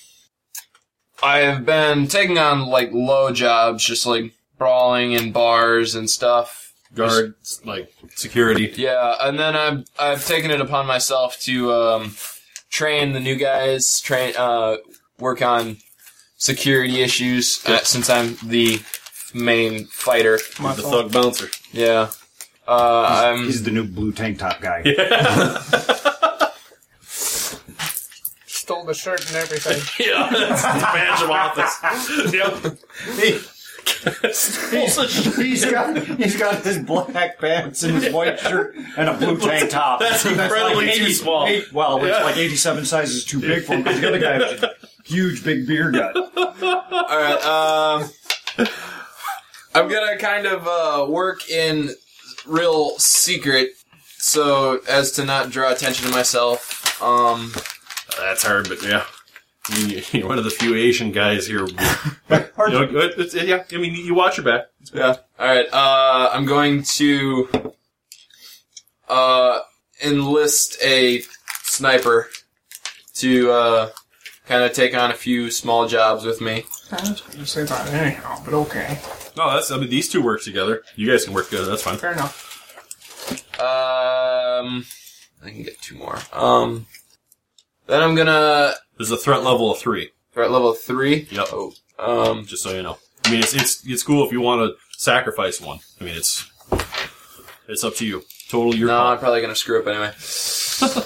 Speaker 3: I have been taking on like low jobs, just like brawling in bars and stuff.
Speaker 4: guard like security.
Speaker 3: Yeah, and then I've I've taken it upon myself to um, train the new guys, train uh, work on security issues uh, since I'm the main fighter.
Speaker 10: The thug bouncer.
Speaker 3: Yeah, uh, I'm.
Speaker 7: He's the new blue tank top guy. [LAUGHS]
Speaker 6: Stole the shirt and everything.
Speaker 4: Yeah, that's the badge of office. [LAUGHS] yep.
Speaker 7: He's got he's got his black pants and his white shirt and a blue tank top.
Speaker 4: That's incredibly
Speaker 7: like
Speaker 4: too
Speaker 7: 80
Speaker 4: small.
Speaker 7: eight- well, it's like eighty-seven sizes too big for him. 'cause The other guy was a huge, big beer gut.
Speaker 3: All right. Um,
Speaker 7: [LAUGHS]
Speaker 3: I'm gonna kind of uh, work in real secret, so as to not draw attention to myself. Um,
Speaker 4: That's hard, but yeah. I mean, [LAUGHS] you're one of the few Asian guys here. You know, it- it's- yeah, I mean, you watch your back.
Speaker 3: yeah. All right. Uh, I'm going to uh, enlist a sniper to uh, kind of take on a few small jobs with me.
Speaker 6: you say that anyhow, but okay.
Speaker 4: No, that's. I mean, these two work together. You guys can work together. That's fine.
Speaker 6: Fair enough.
Speaker 3: Um, I can get two more. Um, then I'm gonna
Speaker 4: There's a threat level of three.
Speaker 3: threat level three.
Speaker 4: Yep.
Speaker 3: Oh, um,
Speaker 4: Just so you know. I mean, it's it's it's cool if you want to sacrifice one. I mean, it's it's up to you. Totally your
Speaker 3: No,
Speaker 4: call.
Speaker 3: I'm probably gonna screw up anyway.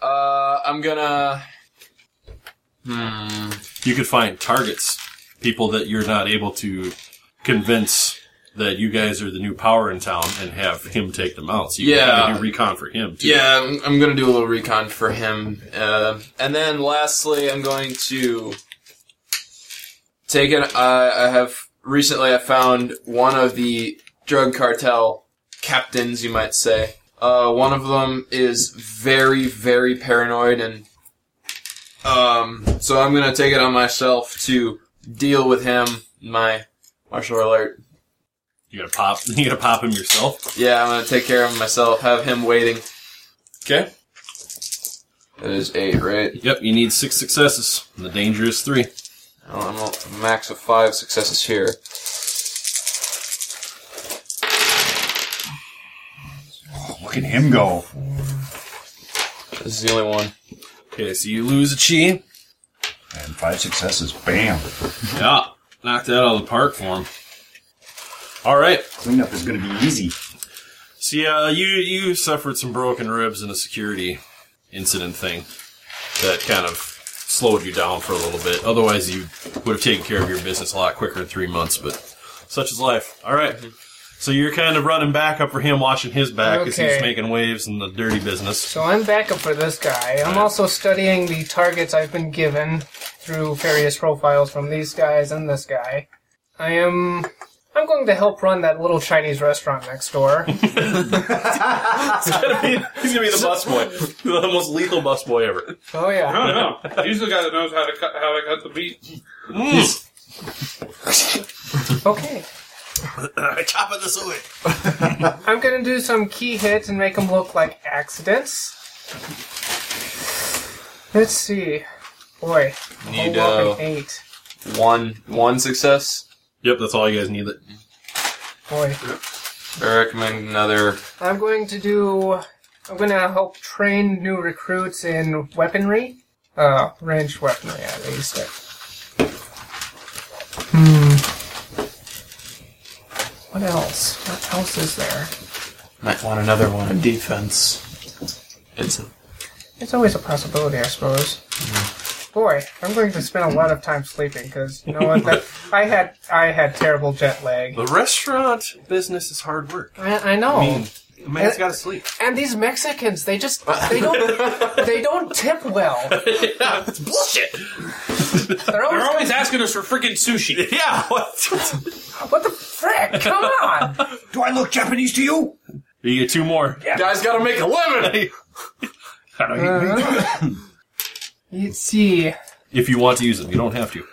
Speaker 3: uh, I'm gonna. Hmm.
Speaker 4: You could find targets, people that you're not able to convince that you guys are the new power in town, and have him take them out. So you
Speaker 3: Yeah.
Speaker 4: can do recon for him. Too.
Speaker 3: Yeah, I'm, I'm gonna do a little recon for him, uh, and then lastly, I'm going to take it. I I have recently I found one of the drug cartel captains, you might say. Uh, one of them is very, very paranoid, and um, so I'm gonna take it on myself to deal with him. My martial alert.
Speaker 4: You gotta pop. [LAUGHS] You gotta pop him yourself.
Speaker 3: Yeah, I'm gonna take care of him myself. Have him waiting.
Speaker 4: Okay.
Speaker 3: That is eight, right?
Speaker 4: Yep. You need six successes. And the danger is three.
Speaker 3: Oh, I'm at a max of five successes here.
Speaker 7: Look at him go.
Speaker 3: This is the only one.
Speaker 4: Okay. So you lose a chi.
Speaker 7: And five successes. Bam.
Speaker 4: Yeah. Knocked that out of the park for him. All right.
Speaker 7: Cleanup is going to be easy.
Speaker 4: So yeah, you you suffered some broken ribs in a security incident thing that kind of slowed you down for a little bit. Otherwise, you would have taken care of your business a lot quicker in three months. But such is life. All right.
Speaker 3: Mm-hmm.
Speaker 4: So you're kind of running back up for him, washing his back because he's
Speaker 6: Okay.
Speaker 4: making waves in the dirty business.
Speaker 6: So I'm backup for this guy. I'm also studying the targets I've been given through various profiles from these guys and this guy. I am I'm going to help run that little Chinese restaurant next [LAUGHS] door.
Speaker 4: He's gonna be the bus boy, [LAUGHS] the most lethal bus boy ever.
Speaker 6: oh yeah.
Speaker 5: No, no. He's the guy that knows how to cut how to cut the meat.
Speaker 6: Okay.
Speaker 8: Chopping this away.
Speaker 6: [LAUGHS] I'm gonna do some key hits and make them look like accidents. Let's see. Boy, a whole
Speaker 3: Need,
Speaker 6: whopping
Speaker 3: uh,
Speaker 6: eight.
Speaker 3: One one success.
Speaker 4: Yep, that's all you guys need.
Speaker 6: Boy,
Speaker 3: I recommend another.
Speaker 6: I'm going to do. I'm gonna help train new recruits in weaponry, uh, ranged weaponry at least. Hmm. What else? What else is there?
Speaker 3: Might want another one in defense. It's
Speaker 6: It's always a possibility, I suppose.
Speaker 3: Hmm.
Speaker 6: Boy, I'm going to spend a lot of time sleeping because you know what? That, I had I had terrible jet lag.
Speaker 4: The restaurant business is hard work.
Speaker 6: I, I know.
Speaker 4: The
Speaker 3: Eh.
Speaker 4: man's got to sleep.
Speaker 6: and these Mexicans, they just they don't they don't tip well.
Speaker 4: [LAUGHS] yeah, it's bullshit.
Speaker 6: They're always,
Speaker 5: They're always asking us for freaking sushi.
Speaker 4: Yeah, what?
Speaker 6: what the frick? Come on!
Speaker 4: [LAUGHS]
Speaker 7: Do I look Japanese to you?
Speaker 4: you get two more.
Speaker 3: guys gotta make a [LAUGHS] living.
Speaker 5: Uh,
Speaker 6: Let's see.
Speaker 4: If you want to use them, you don't have to.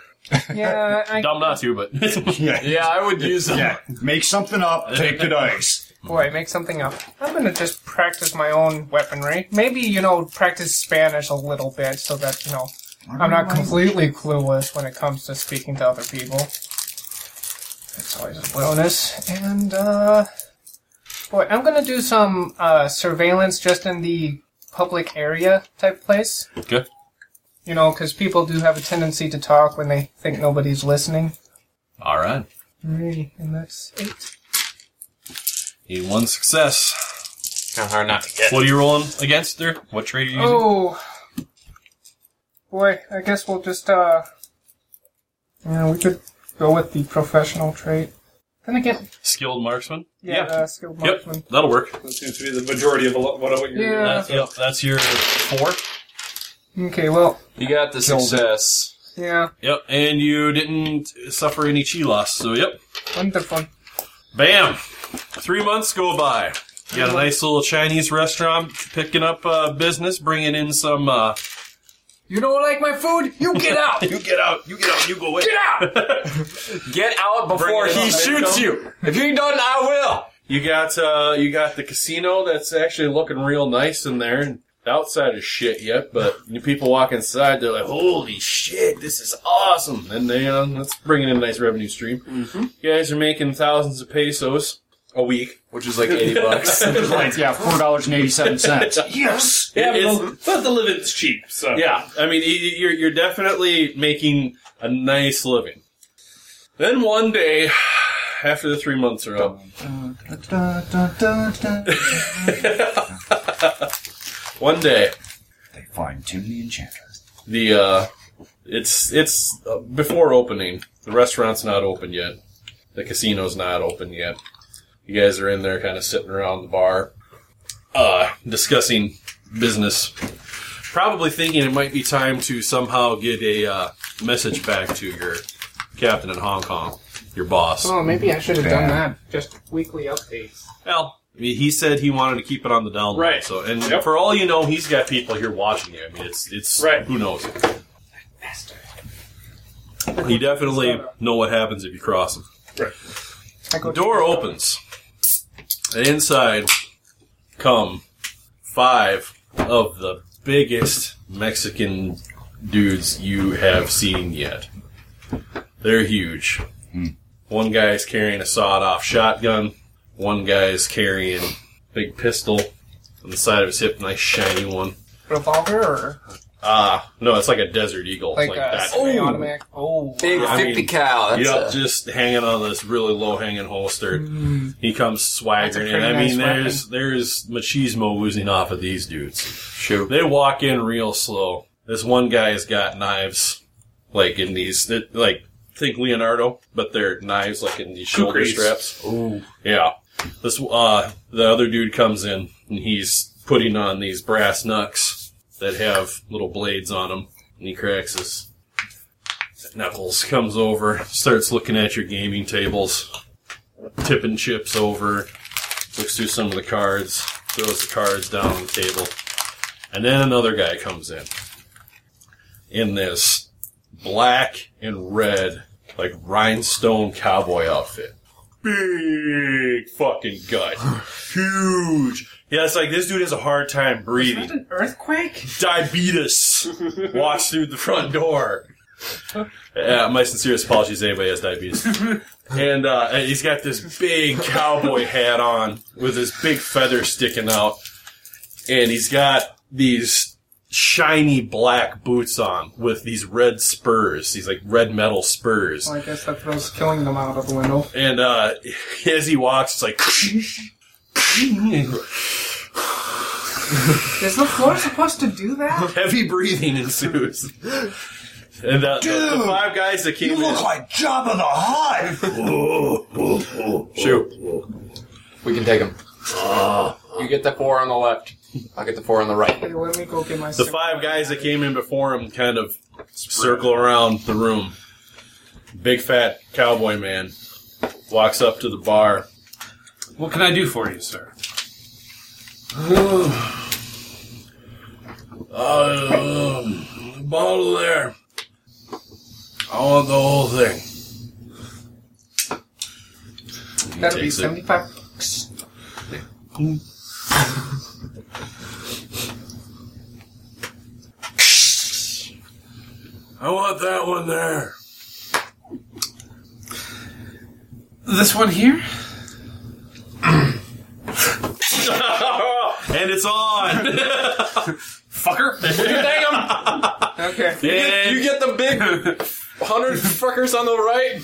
Speaker 6: Yeah, I,
Speaker 4: Dumb not to, but
Speaker 3: yeah, I would use them.
Speaker 7: Yeah. Make something up. Take the dice.
Speaker 6: boy, make something up. I'm gonna just practice my own weaponry. Maybe you know, practice Spanish a little bit so that you know I'm not completely clueless when it comes to speaking to other people. That's always a bonus. And, uh. Boy, I'm gonna do some uh, surveillance just in the public area type place.
Speaker 4: okay.
Speaker 6: You know, because people do have a tendency to talk when they think nobody's listening.
Speaker 4: All right,
Speaker 6: Alrighty, and that's eight.
Speaker 4: need one success.
Speaker 3: Kind of hard not to get.
Speaker 4: What are you rolling against there? What trade are you using?
Speaker 6: Oh! Boy, I guess we'll just, uh. Yeah, we could go with the professional trait. Then again,
Speaker 4: Skilled marksman.
Speaker 6: yeah, Uh, skilled marksman.
Speaker 4: Yep, that'll work.
Speaker 5: That seems to be the majority of a lot, what, what you're
Speaker 6: Yeah.
Speaker 4: That's, yep, that's your four.
Speaker 6: Okay, well,
Speaker 3: You got the success.
Speaker 6: yeah,
Speaker 4: Yep, and you didn't suffer any chi loss. So yep,
Speaker 6: wonderful.
Speaker 4: Bam! Three months go by. You got a nice little Chinese restaurant picking up uh, business, bringing in some. Uh,
Speaker 6: You don't like my food? You
Speaker 3: [LAUGHS]
Speaker 6: get out!
Speaker 4: you get out! You get out! You go away!
Speaker 6: get out!
Speaker 3: Get out before
Speaker 4: Bring it
Speaker 3: he
Speaker 4: on.
Speaker 3: shoots you. If you don't, I
Speaker 4: You got uh, you got the casino that's actually looking real nice in there. and the Outside is shit yet, but when people walk inside, they're like, "Holy shit, this is awesome!" And they, um, that's bringing in a nice revenue stream. Mm-hmm. You guys are making thousands of pesos a week, which is like eighty bucks.
Speaker 7: Right, yeah, four dollars and
Speaker 4: [LAUGHS]
Speaker 7: eighty-seven cents. Yes.
Speaker 5: Yeah,
Speaker 4: It's-
Speaker 5: but, but the living's cheap, so.
Speaker 4: Yeah, I mean, y- y- you're you're definitely making a nice living. Then one day, [SIGHS] after the three months are up, one day
Speaker 7: They find Tim the Enchanter.
Speaker 4: the uh, it's it's uh, before opening. The restaurant's not open yet. The casino's not open yet. You guys are in there, kind of sitting around the bar, uh, discussing business. Probably thinking it might be time to somehow get a uh, message back to your captain in Hong Kong, your boss.
Speaker 6: Oh, maybe I should have done
Speaker 7: Yeah.
Speaker 6: that. Just weekly updates.
Speaker 4: Well, I mean, he said he wanted to keep it on the down low.
Speaker 5: Right.
Speaker 4: So, and
Speaker 5: Yep.
Speaker 4: for all you know, he's got people here watching you. I mean, it's it's
Speaker 5: Right.
Speaker 4: Who knows? You definitely know what happens if you cross him.
Speaker 6: I
Speaker 4: The
Speaker 6: go
Speaker 4: door opens, and inside come five of the biggest Mexican dudes you have seen yet. They're huge. One guy's carrying a sawed-off shotgun. One guy's carrying a big pistol on the side of his hip, nice shiny one.
Speaker 6: revolver or
Speaker 4: Ah, no, it's like a desert eagle,
Speaker 6: like,
Speaker 4: like
Speaker 6: a
Speaker 4: that.
Speaker 6: semi-automatic. Oh,
Speaker 3: will. Big
Speaker 4: I mean,
Speaker 3: 50 cal. Oh, That's
Speaker 4: Yep,
Speaker 3: a-
Speaker 4: just hanging on this really low hanging holster.
Speaker 6: Mm.
Speaker 4: He comes swaggering in.
Speaker 6: pretty
Speaker 4: I mean,
Speaker 6: nice weapon.
Speaker 4: there's there's machismo oozing off of these dudes.
Speaker 3: shoot.
Speaker 4: They walk in real slow. This one guy's got knives, like in these, that- like think Leonardo, but they're knives like in these shoulder
Speaker 5: Kukris.
Speaker 4: straps. Ooh, yeah. This uh, the other dude comes in and he's putting on these brass knucks that have little blades on them, and he cracks his knuckles. Comes over, starts looking at your gaming tables. tipping chips over, looks through some of the cards, throws the cards down on the table, and then another guy comes in. In this black and red, like rhinestone cowboy outfit. Big fucking gut. [SIGHS] Huge. Yeah, it's like this dude has a hard time breathing
Speaker 6: An earthquake? [LAUGHS]
Speaker 4: diabetes walks through the front door. Yeah, my sincerest apologies to anybody who has
Speaker 6: [LAUGHS]
Speaker 4: diabetes. And uh, and he's got this big cowboy hat on with this big feather sticking out. And he's got these shiny black boots on with these red spurs, these like red metal spurs.
Speaker 6: Well, I guess that throws killing them out of the window.
Speaker 4: And uh, [LAUGHS] as he walks, it's like. [LAUGHS]
Speaker 6: Is the floor supposed to do that?
Speaker 4: heavy breathing ensues. And uh, the, the- the,
Speaker 7: Dude,
Speaker 4: five guys that came in.
Speaker 7: like Jabba the Hutt.
Speaker 4: Shoot.
Speaker 9: We can take him. You get the four on the left. I'll get the four on the right.
Speaker 6: Hey, let me go get my.
Speaker 4: The five guys that came in before him kind of circle around the room. Big fat cowboy man walks up to the bar.
Speaker 5: What can I do for
Speaker 4: [SIGHS]
Speaker 5: you, sir?
Speaker 4: Uh, Um, bottle there. I want the whole thing.
Speaker 6: That'll be
Speaker 4: Takes it.
Speaker 6: seventy-five.
Speaker 4: I want that one there.
Speaker 5: This one
Speaker 4: [LAUGHS]
Speaker 5: here?
Speaker 4: and it's on.
Speaker 6: Okay.
Speaker 4: And
Speaker 9: You get the big hundred fuckers on the right.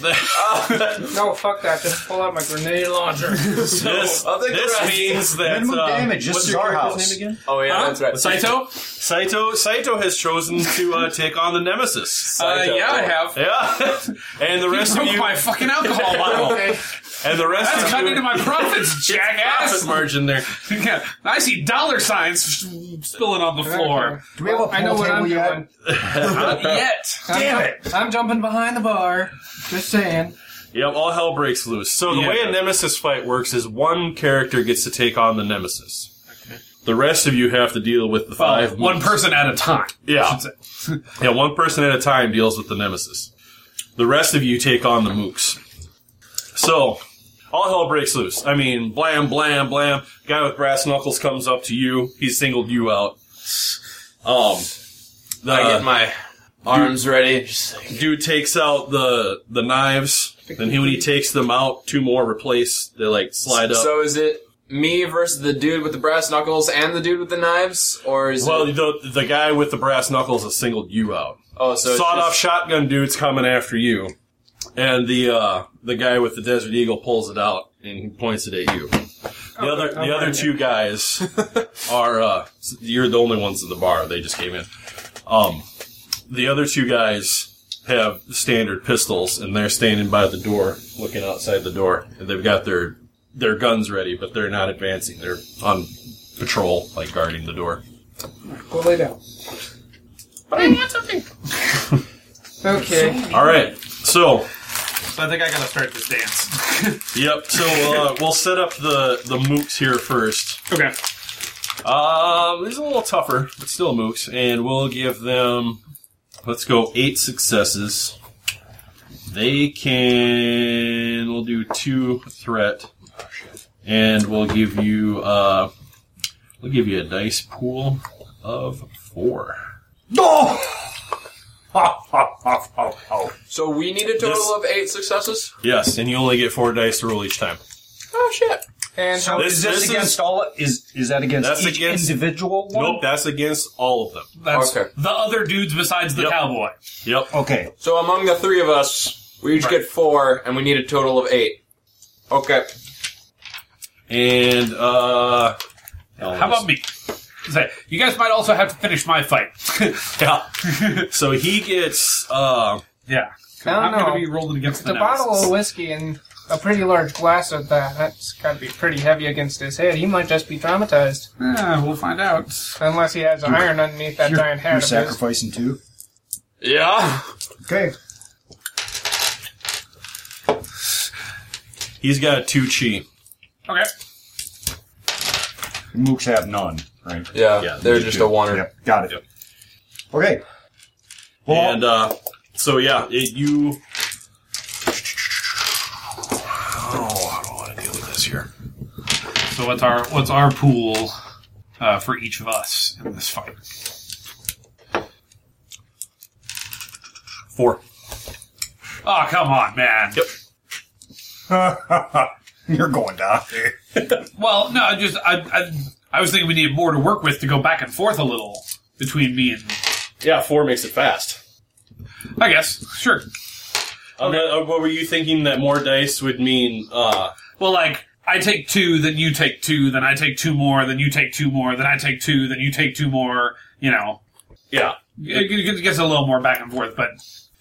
Speaker 6: No, fuck that. Just pull out my grenade launcher.
Speaker 4: this,
Speaker 9: I'll take the
Speaker 4: this
Speaker 9: rest.
Speaker 4: means that
Speaker 7: Minimum
Speaker 4: uh,
Speaker 7: damage. This
Speaker 4: what's
Speaker 7: is
Speaker 4: your
Speaker 7: our
Speaker 4: character's
Speaker 7: house.
Speaker 4: name again?
Speaker 9: Oh yeah,
Speaker 5: Huh?
Speaker 9: that's right.
Speaker 5: Saito?
Speaker 4: Saito Saito has chosen to uh, take on the Nemesis.
Speaker 5: Uh,
Speaker 9: Saito.
Speaker 5: yeah, I have.
Speaker 4: Yeah, [LAUGHS] and the rest of
Speaker 5: Broke
Speaker 4: you,
Speaker 5: my fucking alcohol bottle.
Speaker 4: and the rest
Speaker 5: That's
Speaker 4: of
Speaker 5: cut
Speaker 4: you,
Speaker 5: into my profits,
Speaker 4: profit
Speaker 5: jackass.
Speaker 4: margin there.
Speaker 5: Yeah, I see dollar signs spilling on the floor.
Speaker 7: Do we have a pool
Speaker 6: I know what
Speaker 7: table
Speaker 6: I'm
Speaker 7: yet?
Speaker 6: doing.
Speaker 5: Not yet.
Speaker 7: Damn
Speaker 6: I'm, it! I'm jumping behind the bar. Just saying.
Speaker 4: Yep, all hell breaks loose. So the
Speaker 5: Yeah.
Speaker 4: way a Nemesis fight works is one character gets to take on the Nemesis. The rest of you have to deal with the five.
Speaker 5: One
Speaker 4: moves.
Speaker 5: person at a time.
Speaker 4: yeah,
Speaker 5: should
Speaker 4: yeah, one person at a time deals with the Nemesis. The rest of you take on the Mooks. So all hell breaks loose. I mean, blam, blam, blam. Guy with brass knuckles comes up to you. He's singled you out. Um, the
Speaker 3: I get my arms ready. Just like,
Speaker 4: dude takes out the the knives. Then he, when he takes them out, two more replace. They like slide up.
Speaker 3: So is it me versus the dude with the brass knuckles and the dude with the knives, or is
Speaker 4: well,
Speaker 3: it?
Speaker 4: the the guy with the brass knuckles has singled you out.
Speaker 3: Oh, so it's
Speaker 4: Sawed off
Speaker 3: just-
Speaker 4: shotgun dude's coming after you, and the uh, the guy with the Desert Eagle pulls it out and he points it at you. The other the other two guys are uh, s- you're the only ones in the bar. They just came in. Um, the other two guys have standard pistols, and they're standing by the door, looking outside the door. And they've got their their guns ready, but they're not advancing. They're on patrol, like guarding the door.
Speaker 6: Go lay down. But I want something. [LAUGHS] okay.
Speaker 4: All right, so
Speaker 5: So I think I gotta start this dance.
Speaker 4: Yep. So uh, we'll set up the the mooks here first.
Speaker 5: Okay.
Speaker 4: Um, these are a little tougher, but still mooks, and we'll give them. Let's go eight successes. They can. We'll do two threat, and we'll give you. Uh, we'll give you a dice pool of four.
Speaker 5: [LAUGHS]
Speaker 3: So we need a total
Speaker 4: This-
Speaker 3: of eight successes.
Speaker 4: Yes, and you only get four dice to roll each time.
Speaker 3: Oh shit!
Speaker 6: And
Speaker 7: So
Speaker 4: This-
Speaker 7: is this,
Speaker 4: this is-
Speaker 7: against all? Is is that against
Speaker 4: That's
Speaker 7: each
Speaker 4: against-
Speaker 7: individual one?
Speaker 4: Nope, that's against all of them.
Speaker 5: That's
Speaker 3: Okay.
Speaker 5: the other dudes besides the
Speaker 4: Yep.
Speaker 5: cowboy.
Speaker 4: Yep.
Speaker 7: Okay.
Speaker 3: So among the three of us, we each get four, and we need a total of eight. Okay.
Speaker 4: And uh,
Speaker 5: How about me? Say, you guys might also have to finish my fight. [LAUGHS]
Speaker 4: Yeah. so he gets uh
Speaker 5: yeah.
Speaker 6: I don't
Speaker 5: I'm
Speaker 6: know.
Speaker 5: gonna be rolling against the,
Speaker 6: the bottle
Speaker 5: nemesis.
Speaker 6: of whiskey and a pretty large glass of that. That's got to be pretty heavy against his head. He might just be traumatized,
Speaker 5: Ah, we'll find out.
Speaker 6: unless he has iron underneath that
Speaker 7: You're,
Speaker 6: giant
Speaker 7: you're
Speaker 6: hat of his.
Speaker 7: sacrificing two.
Speaker 3: Yeah.
Speaker 7: Okay.
Speaker 4: He's got two chi.
Speaker 6: Okay.
Speaker 7: Mooks have none, right?
Speaker 9: Yeah,
Speaker 4: Yeah,
Speaker 9: they're
Speaker 4: you
Speaker 9: just
Speaker 4: do.
Speaker 9: a one or
Speaker 7: Yep, got it.
Speaker 4: Yep.
Speaker 7: Okay. Well,
Speaker 4: and uh, so yeah, it, you. Oh, I don't want to deal with this here.
Speaker 5: So what's our what's our pool uh, for each of us in this fight?
Speaker 4: Four.
Speaker 5: Oh come on, man.
Speaker 4: Yep.
Speaker 7: [LAUGHS] you're going down there.
Speaker 5: Well, no, I just I, I I was thinking we needed more to work with to go back and forth a little between me and
Speaker 4: Yeah, four makes it fast.
Speaker 5: I guess sure.
Speaker 4: Unless- uh, what were you thinking that more dice would mean? Uh,
Speaker 5: Well, like I take two, then you take two, then I take two more, then you take two more, then I take two, then you take two more. You know,
Speaker 4: yeah,
Speaker 5: it, it gets a little more back and forth, but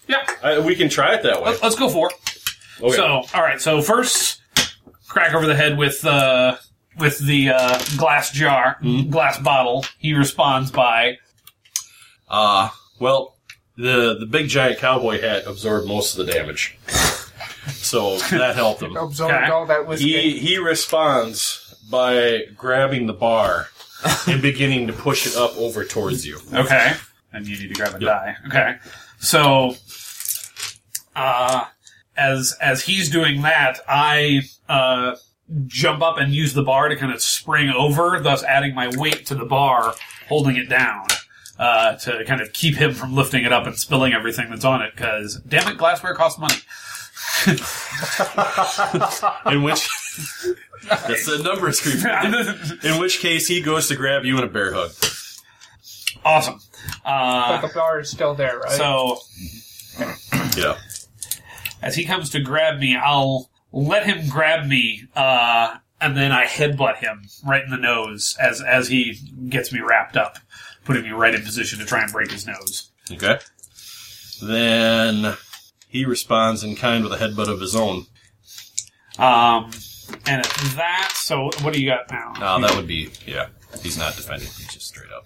Speaker 5: yeah,
Speaker 4: I, we can try it that way.
Speaker 5: let- let's go for. it.
Speaker 4: Okay.
Speaker 5: So, all right. So first, crack over the head with uh, with the uh, glass jar, glass bottle. He responds by
Speaker 4: Uh, well, the the big giant cowboy hat absorbed most of the damage, [LAUGHS] so that helped him.
Speaker 6: Absorbed
Speaker 5: Okay.
Speaker 6: all that whiskey.
Speaker 4: He he responds by grabbing the bar and beginning to push it up over towards you.
Speaker 5: okay, and you need to grab
Speaker 7: [LAUGHS]
Speaker 5: a die. Okay, so uh, as as he's doing that, I uh, jump up and use the bar to kind of spring over, thus adding my weight to the bar, holding it down. Uh, to kind of keep him from lifting it up and spilling everything that's on it, because damn it, glassware costs money. [LAUGHS]
Speaker 4: In which that's the number screen. [LAUGHS] In which case, he goes to grab you in a bear hug.
Speaker 5: [LAUGHS] awesome.
Speaker 6: but
Speaker 5: Uh,
Speaker 6: the bar is still there, right?
Speaker 5: so
Speaker 4: Yeah,
Speaker 5: as he comes to grab me, I'll let him grab me, uh, and then I headbutt him right in the nose as as he gets me wrapped up, putting me right in position to try and break his nose.
Speaker 4: Okay. Then he responds in kind with a headbutt of his own.
Speaker 5: Um, and at that, so what do you got now?
Speaker 4: No, Ah, that would be yeah. He's not defending. He's just straight up.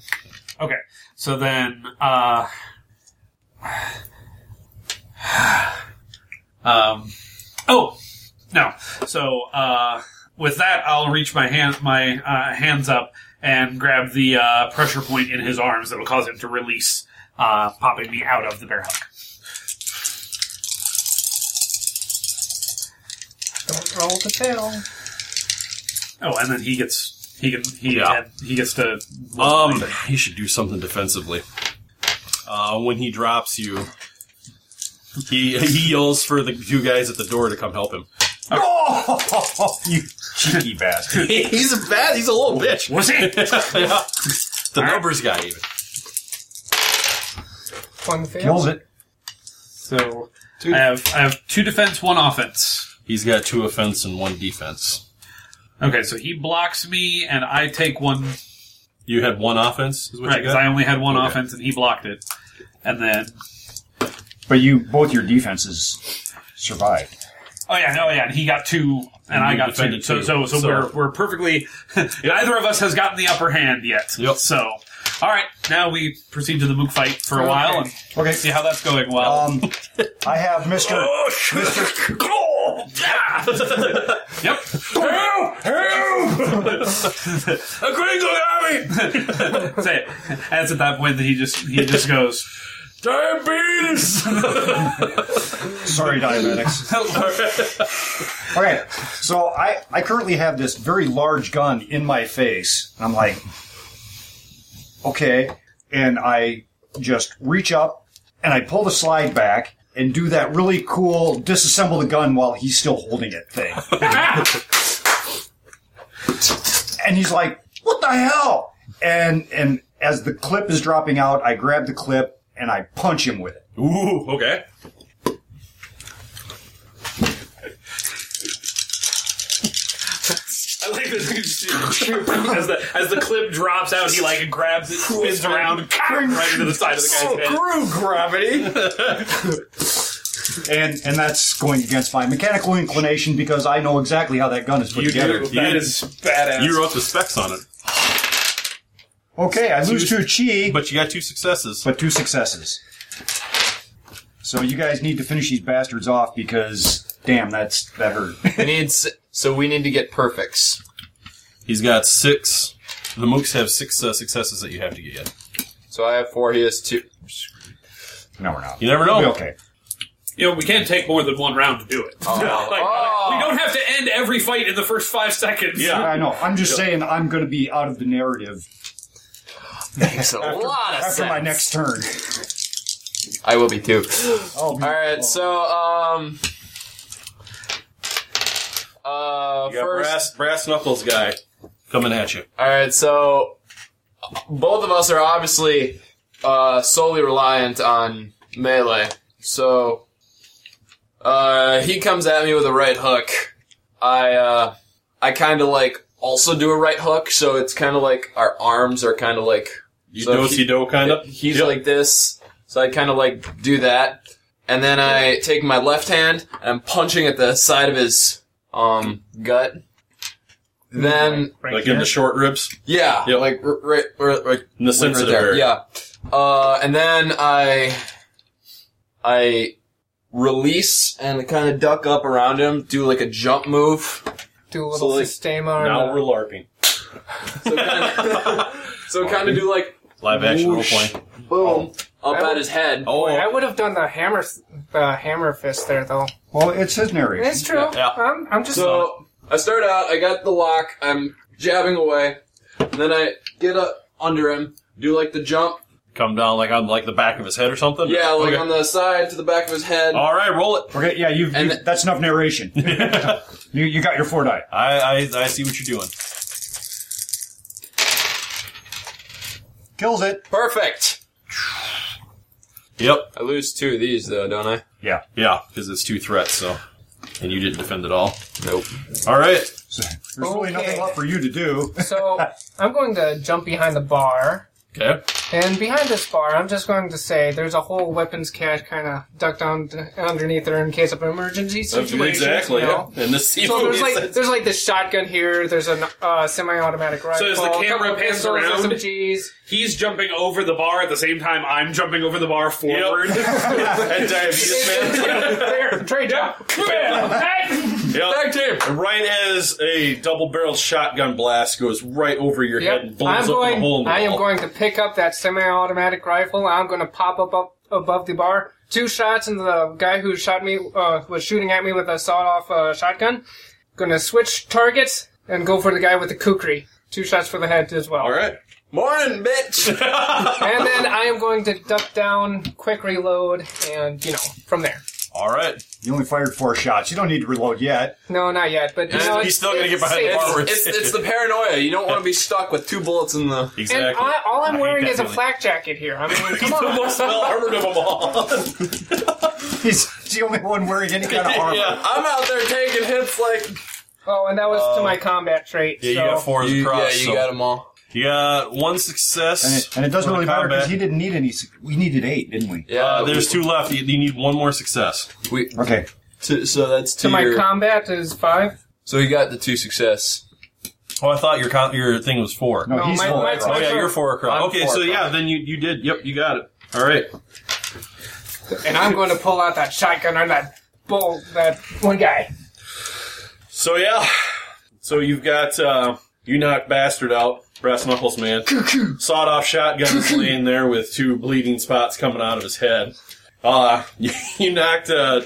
Speaker 5: Okay, so then, uh, um, oh no, so uh, with that, I'll reach my hand, my uh, hands up, and grab the uh, pressure point in his arms that will cause him to release, uh, popping me out of the bear hug.
Speaker 6: Don't roll the tail.
Speaker 5: Oh, and then he gets he can he
Speaker 4: Yeah.
Speaker 5: he gets to
Speaker 4: Um, he should do something defensively. Uh, when he drops you, he he yells for the two guys at the door to come help him.
Speaker 7: Oh, you cheeky
Speaker 4: [LAUGHS]
Speaker 7: bastard.
Speaker 4: he's a bad. He's a little bitch.
Speaker 5: was
Speaker 4: [LAUGHS]
Speaker 5: it?
Speaker 4: yeah. The numbers guy even.
Speaker 6: One fail.
Speaker 7: Kills it.
Speaker 5: So I have I have two defense, one offense.
Speaker 4: He's got two offense and one defense.
Speaker 5: Okay, so he blocks me, and I take one
Speaker 4: You had one offense, is what
Speaker 5: Right,
Speaker 4: you
Speaker 5: because
Speaker 4: got.
Speaker 5: I only had one
Speaker 4: Okay.
Speaker 5: offense and he blocked it. And then,
Speaker 7: But you, both your defenses survived.
Speaker 5: oh yeah, no, yeah, and he got two,
Speaker 4: And
Speaker 5: and I
Speaker 4: you
Speaker 5: got two.
Speaker 4: defended
Speaker 5: So,
Speaker 4: two.
Speaker 5: so, so,
Speaker 4: So-
Speaker 5: we're we're perfectly. [LAUGHS] neither of us has gotten the upper hand yet.
Speaker 4: Yep.
Speaker 5: So, all right, now we proceed to the mook fight for a while and
Speaker 7: Okay.
Speaker 5: see how that's going. Well,
Speaker 7: Um, I have Mr.
Speaker 3: Oh,
Speaker 4: [LAUGHS]
Speaker 5: [LAUGHS] yep.
Speaker 4: A Gringo army!
Speaker 5: Say it. And it's at that point that he just he just
Speaker 7: [LAUGHS]
Speaker 5: goes. [LAUGHS]
Speaker 4: Diabetes!
Speaker 7: Sorry, diabetics. okay, so I, I currently have this very large gun in my face. And I'm like, okay. And I just reach up and I pull the slide back and do that really cool disassemble the gun while he's still holding it thing. and he's like, "What the hell?" And and as the clip is dropping out, I grab the clip and I punch him with it.
Speaker 4: Ooh, okay.
Speaker 5: I like this as the as the clip drops out, he like grabs it, spins around, [LAUGHS] right into the side of the guy's head.
Speaker 7: Screw gravity. and and that's going against my mechanical inclination because I know exactly how that gun is put
Speaker 4: You
Speaker 7: together.
Speaker 4: do.
Speaker 3: That
Speaker 4: You-
Speaker 3: is badass.
Speaker 4: You wrote the specs on it,
Speaker 7: Okay, I lose two chi, but,
Speaker 4: but you got two successes.
Speaker 7: two successes. So you guys need to finish these bastards off because Damn, that's that hurt.
Speaker 3: We need s- so we need to get perfects.
Speaker 4: He's got six. The mooks have six uh, successes that you have to get.
Speaker 3: So I have four. He has two.
Speaker 7: No, we're not.
Speaker 4: You never know.
Speaker 7: We'll be okay.
Speaker 5: You know, we can't take more than one round to do it. [LAUGHS] Like,
Speaker 3: Oh.
Speaker 5: We don't have to end every fight in the first five seconds.
Speaker 7: I know. I'm just saying I'm going to be out of the narrative
Speaker 3: Makes a lot of
Speaker 7: after my next turn.
Speaker 3: I will be too.
Speaker 7: I'll be-
Speaker 3: All right. So um. Uh,
Speaker 4: You got
Speaker 3: first.
Speaker 4: brass, brass knuckles guy coming at you.
Speaker 3: All right. So both of us are obviously uh, solely reliant on melee. So uh, he comes at me with a right hook. I uh, I kind of like also do a right hook. So it's kind of like our arms are kind of like
Speaker 4: You
Speaker 3: So
Speaker 4: do
Speaker 3: he-
Speaker 4: see do kind of.
Speaker 3: He's like this, so I kind of like do that, and then I take my left hand and I'm punching at the side of his um gut. Then
Speaker 6: Right
Speaker 4: like
Speaker 6: here.
Speaker 4: in the short ribs,
Speaker 3: yeah,
Speaker 4: Yep.
Speaker 3: like r- right, right, like
Speaker 4: in the
Speaker 3: right
Speaker 4: sensitive
Speaker 3: there,
Speaker 4: area.
Speaker 3: yeah. Uh, and then I I release and kind of duck up around him, do like a jump move.
Speaker 6: Do a little
Speaker 3: So, like,
Speaker 6: sistema. and
Speaker 4: Now
Speaker 6: a-
Speaker 4: we're larping.
Speaker 3: So kind [LAUGHS] so kind of do like
Speaker 4: Live action role
Speaker 3: Whoosh.
Speaker 4: playing.
Speaker 3: boom up at his head.
Speaker 4: Oh,
Speaker 6: Boy, I would have done the hammer, the hammer fist there though.
Speaker 7: Well, it's his narration.
Speaker 6: It's true.
Speaker 4: Yeah.
Speaker 6: I'm, I'm just
Speaker 3: So I start out. I got the lock. I'm jabbing away. And then I get up under him, do like the jump.
Speaker 4: come down like on like the back of his head or something.
Speaker 3: Yeah, like
Speaker 4: Okay. Oh.
Speaker 3: on the side to the back of his head.
Speaker 4: All right, roll it.
Speaker 7: Okay, yeah, you've,
Speaker 3: And
Speaker 7: you
Speaker 3: the-
Speaker 7: that's enough narration. you, you got your four die.
Speaker 4: I, I I see what you're doing.
Speaker 7: Kills it.
Speaker 3: Perfect.
Speaker 4: Yep.
Speaker 3: I lose two of these though, don't I?
Speaker 7: Yeah.
Speaker 4: Yeah, because it's two threats. So, and you didn't defend at all.
Speaker 3: Nope.
Speaker 4: All right.
Speaker 7: There's really nothing
Speaker 6: Okay.
Speaker 7: left for you to do.
Speaker 6: So I'm going to jump behind the bar.
Speaker 4: Okay.
Speaker 6: And behind this bar, I'm just going to say there's a whole weapons cache kind of ducked on underneath there in case of emergency situations.
Speaker 4: Exactly.
Speaker 6: you
Speaker 4: Yeah.
Speaker 6: know?
Speaker 4: And this
Speaker 6: So
Speaker 5: [LAUGHS]
Speaker 6: there's
Speaker 4: [LAUGHS]
Speaker 6: like there's like this shotgun here. There's a uh, semi-automatic rifle.
Speaker 5: as the
Speaker 6: a couple
Speaker 5: camera pans
Speaker 6: pistols,
Speaker 5: around-
Speaker 6: SMGs.
Speaker 5: [LAUGHS] He's jumping over the bar at the same time I'm jumping over the bar forward.
Speaker 3: [LAUGHS]
Speaker 4: and diabetes man.
Speaker 6: [LAUGHS] there, Trey,
Speaker 5: [LAUGHS]
Speaker 6: down.
Speaker 4: yep.
Speaker 3: Tag team.
Speaker 4: And right as a double-barreled shotgun blast goes right over your head and
Speaker 6: Yep.
Speaker 4: blows
Speaker 6: I'm
Speaker 4: up the hole in
Speaker 6: going.
Speaker 4: the
Speaker 6: I am
Speaker 4: wall.
Speaker 6: going to pick up that semi-automatic rifle. I'm going to pop up up above the bar. Two shots, and the guy who shot me uh, was shooting at me with a sawed-off uh, shotgun. Going to switch targets and go for the guy with the kukri. Two shots for the head as well.
Speaker 4: All right.
Speaker 3: Morning, bitch.
Speaker 4: [LAUGHS]
Speaker 6: And then I am going to duck down, quick reload, and you know from there.
Speaker 4: All right.
Speaker 7: You only fired four shots. You don't need to reload yet. [LAUGHS]
Speaker 6: No, not yet. But you
Speaker 4: He's-
Speaker 6: know,
Speaker 4: he's
Speaker 6: it's-
Speaker 4: still gonna get
Speaker 6: it's
Speaker 4: behind the
Speaker 6: safe.
Speaker 4: bar with-
Speaker 3: it's, it's the paranoia. You don't want to be stuck with two bullets in the.
Speaker 4: Exactly.
Speaker 6: And I, all I'm
Speaker 4: hate
Speaker 6: wearing
Speaker 4: that
Speaker 6: is a
Speaker 4: feeling.
Speaker 6: flak jacket here.
Speaker 4: [LAUGHS]
Speaker 6: I mean,
Speaker 4: He's
Speaker 6: come on.
Speaker 4: the most well-armored of them
Speaker 6: [LAUGHS]
Speaker 4: all.
Speaker 7: He's, he's the only one wearing any kind of armor.
Speaker 4: yeah.
Speaker 3: I'm out there taking hits like.
Speaker 6: Oh, and that was to my combat trait.
Speaker 4: Uh, Yeah, you
Speaker 6: so.
Speaker 4: got four
Speaker 3: You-
Speaker 4: across.
Speaker 3: yeah, you got them all.
Speaker 4: You got one
Speaker 7: And
Speaker 4: success.
Speaker 7: it, and it doesn't
Speaker 4: on the
Speaker 7: really matter because
Speaker 4: combat.
Speaker 7: he didn't need any. suc- We needed eight, didn't we?
Speaker 3: Yeah,
Speaker 4: Uh, there's two left. You, you need one more success.
Speaker 3: We,
Speaker 7: Okay.
Speaker 3: two, so that's two.
Speaker 6: To my
Speaker 3: your-
Speaker 6: combat is five.
Speaker 3: so you got the two success.
Speaker 4: Oh, I thought your con- your thing was four.
Speaker 7: No,
Speaker 6: No,
Speaker 7: he's
Speaker 6: my-
Speaker 7: full.
Speaker 6: my-
Speaker 4: Oh
Speaker 7: right?
Speaker 4: yeah,
Speaker 6: four.
Speaker 4: you're four across.
Speaker 3: I'm
Speaker 4: okay,
Speaker 3: four
Speaker 4: so
Speaker 3: across.
Speaker 4: yeah, then you you did. Yep, you got it. All right.
Speaker 6: And I'm going to pull out that shotgun on that bull, that one guy.
Speaker 4: So yeah, so you've got uh, you knocked bastard out, brass knuckles man, sawed off shotgun is laying there with two bleeding spots coming out of his head. Uh [LAUGHS] you knocked uh,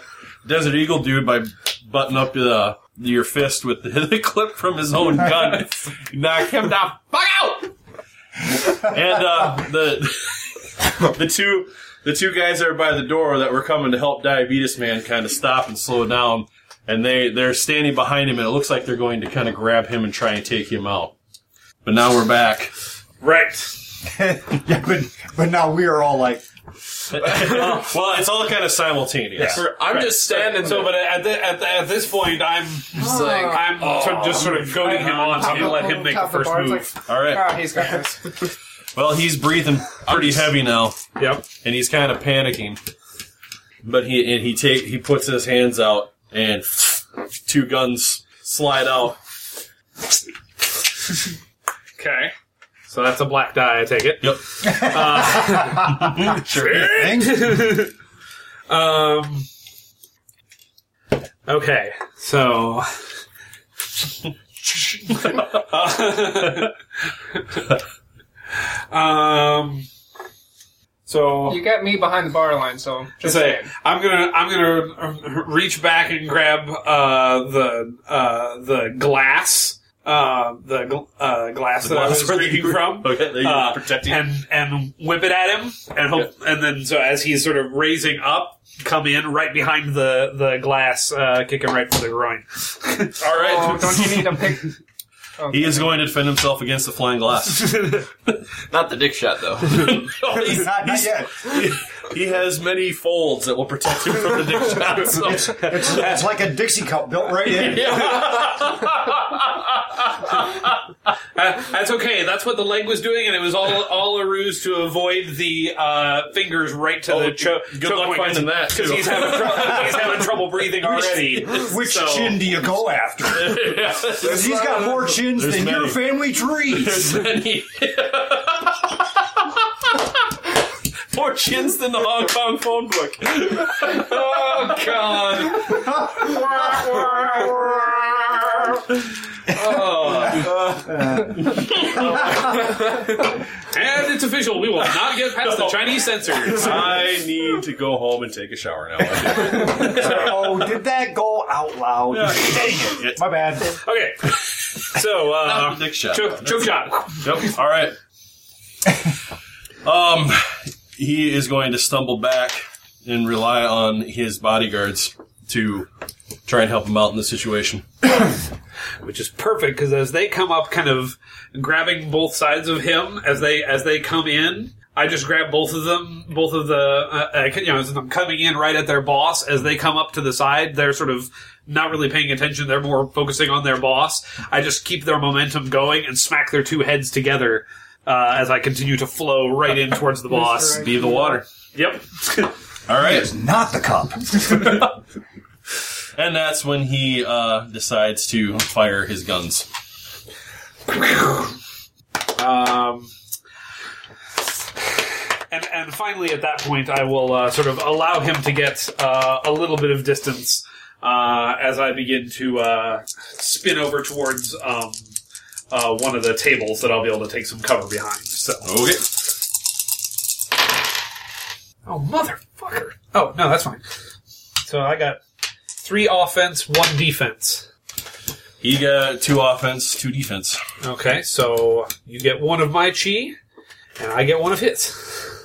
Speaker 4: Desert Eagle dude by button up uh, your fist with the, [LAUGHS] the clip from his own
Speaker 7: [LAUGHS]
Speaker 4: gun. You knocked him down,
Speaker 5: [LAUGHS]
Speaker 4: fuck out. And uh, the the two the two guys that are by the door that were coming to help Diabetes Man kind of stop and slow down, and they they're standing behind him, and it looks like they're going to kind of grab him and try and take him out. But now we're back.
Speaker 5: right.
Speaker 7: [LAUGHS] yeah, but, but now we are all like,
Speaker 4: Well, it's all kind of simultaneous.
Speaker 3: I'm just standing.
Speaker 5: So,
Speaker 3: there.
Speaker 5: but at, the, at, the, at this point, I'm
Speaker 3: It's like,
Speaker 6: Ah.
Speaker 5: I'm sort of just sort of goading him on so I'm gonna let him make the
Speaker 6: Top
Speaker 5: first
Speaker 6: bar, it's
Speaker 5: move.
Speaker 4: All
Speaker 6: Like,
Speaker 4: right.
Speaker 6: oh, he's got this.
Speaker 4: Well, he's breathing pretty heavy now,
Speaker 5: Yep.
Speaker 4: and he's kind of panicking. But he and he take he puts his hands out, and two guns slide out.
Speaker 5: Okay. So that's a black die, I take it.
Speaker 4: Yep.
Speaker 5: [LAUGHS]
Speaker 7: thing?
Speaker 5: Um, Okay, so. [LAUGHS] um. So
Speaker 6: You got me behind the bar line, so just
Speaker 5: say
Speaker 6: saying.
Speaker 5: I'm gonna I'm gonna uh, reach back and grab uh, the uh, the glass uh, the gl- uh, glass that I was
Speaker 4: glass where
Speaker 5: drinking
Speaker 4: you were-
Speaker 5: from.
Speaker 4: okay, that you were
Speaker 5: uh,
Speaker 4: protecting.
Speaker 5: and and whip it at him and hope and then so as he's sort of raising up, come in right behind the the glass, uh, kick him right for the groin.
Speaker 4: All right.
Speaker 6: Oh, don't you need a pick? [LAUGHS]
Speaker 4: He is going to defend himself against the flying [LAUGHS] glass.
Speaker 9: Not the dick shot
Speaker 3: [LAUGHS]
Speaker 9: though.
Speaker 7: Not, not yet.
Speaker 4: he has many folds that will protect him from the [LAUGHS] dick shots.
Speaker 7: It's, it's like a Dixie cup built right in.
Speaker 5: Uh, that's okay. That's what the leg was doing, and it was all all a ruse to avoid the uh, fingers right to the cho-
Speaker 4: good
Speaker 5: choke
Speaker 4: luck
Speaker 5: point, 'cause-
Speaker 4: finding that, too.
Speaker 5: he's having, trouble, he's having trouble [LAUGHS] breathing already.
Speaker 7: Which
Speaker 5: So-
Speaker 7: chin do you go after? He's got more chins than your family
Speaker 5: [LAUGHS]
Speaker 7: trees.
Speaker 4: More chins than the Hong Kong phone book.
Speaker 9: oh god.
Speaker 5: Oh. And it's official. We will not get past the Chinese censors.
Speaker 4: I need to go home and take a shower now. [LAUGHS]
Speaker 7: oh, did that go out loud?
Speaker 4: Dang it.
Speaker 7: My bad.
Speaker 5: Okay. So, uh,
Speaker 4: Dick shot.
Speaker 5: choke, choke shot.
Speaker 4: Yep. All right. Um, he is going to stumble back and rely on his bodyguards to try and help him out in this situation.
Speaker 5: which is perfect because as they come up, kind of grabbing both sides of him as they as they come in. I just grab both of them, both of the uh, uh, you know, as I'm coming in right at their boss as they come up to the side. They're sort of not really paying attention; they're more focusing on their boss. I just keep their momentum going and smack their two heads together uh, as I continue to flow right in towards the boss.
Speaker 4: Be the water.
Speaker 5: Yep.
Speaker 4: All right.
Speaker 7: Not the cup.
Speaker 4: And that's when he uh, decides to fire his guns.
Speaker 5: Um, and and finally, at that point, I will uh, sort of allow him to get uh, a little bit of distance uh, as I begin to uh, spin over towards um, uh, one of the tables that I'll be able to take some cover behind. So,
Speaker 4: Okay.
Speaker 5: oh motherfucker! Oh no, that's fine. So I got three offense, one defense.
Speaker 4: He got two offense, two defense.
Speaker 5: Okay, so you get one of my chi, and I get one of his.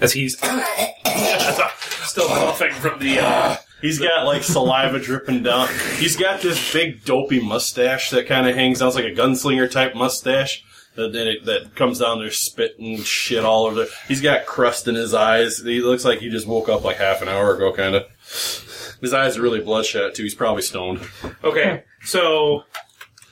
Speaker 5: As he's [COUGHS] still coughing from the. Uh,
Speaker 4: He's got like saliva dripping down. He's got this big dopey mustache that kind of hangs down. It's like a gunslinger type mustache that that, it, that comes down there spitting shit all over. There. He's got crust in his eyes. He looks like he just woke up like half an hour ago, kind of. His eyes are really bloodshot too. He's probably stoned.
Speaker 5: okay, so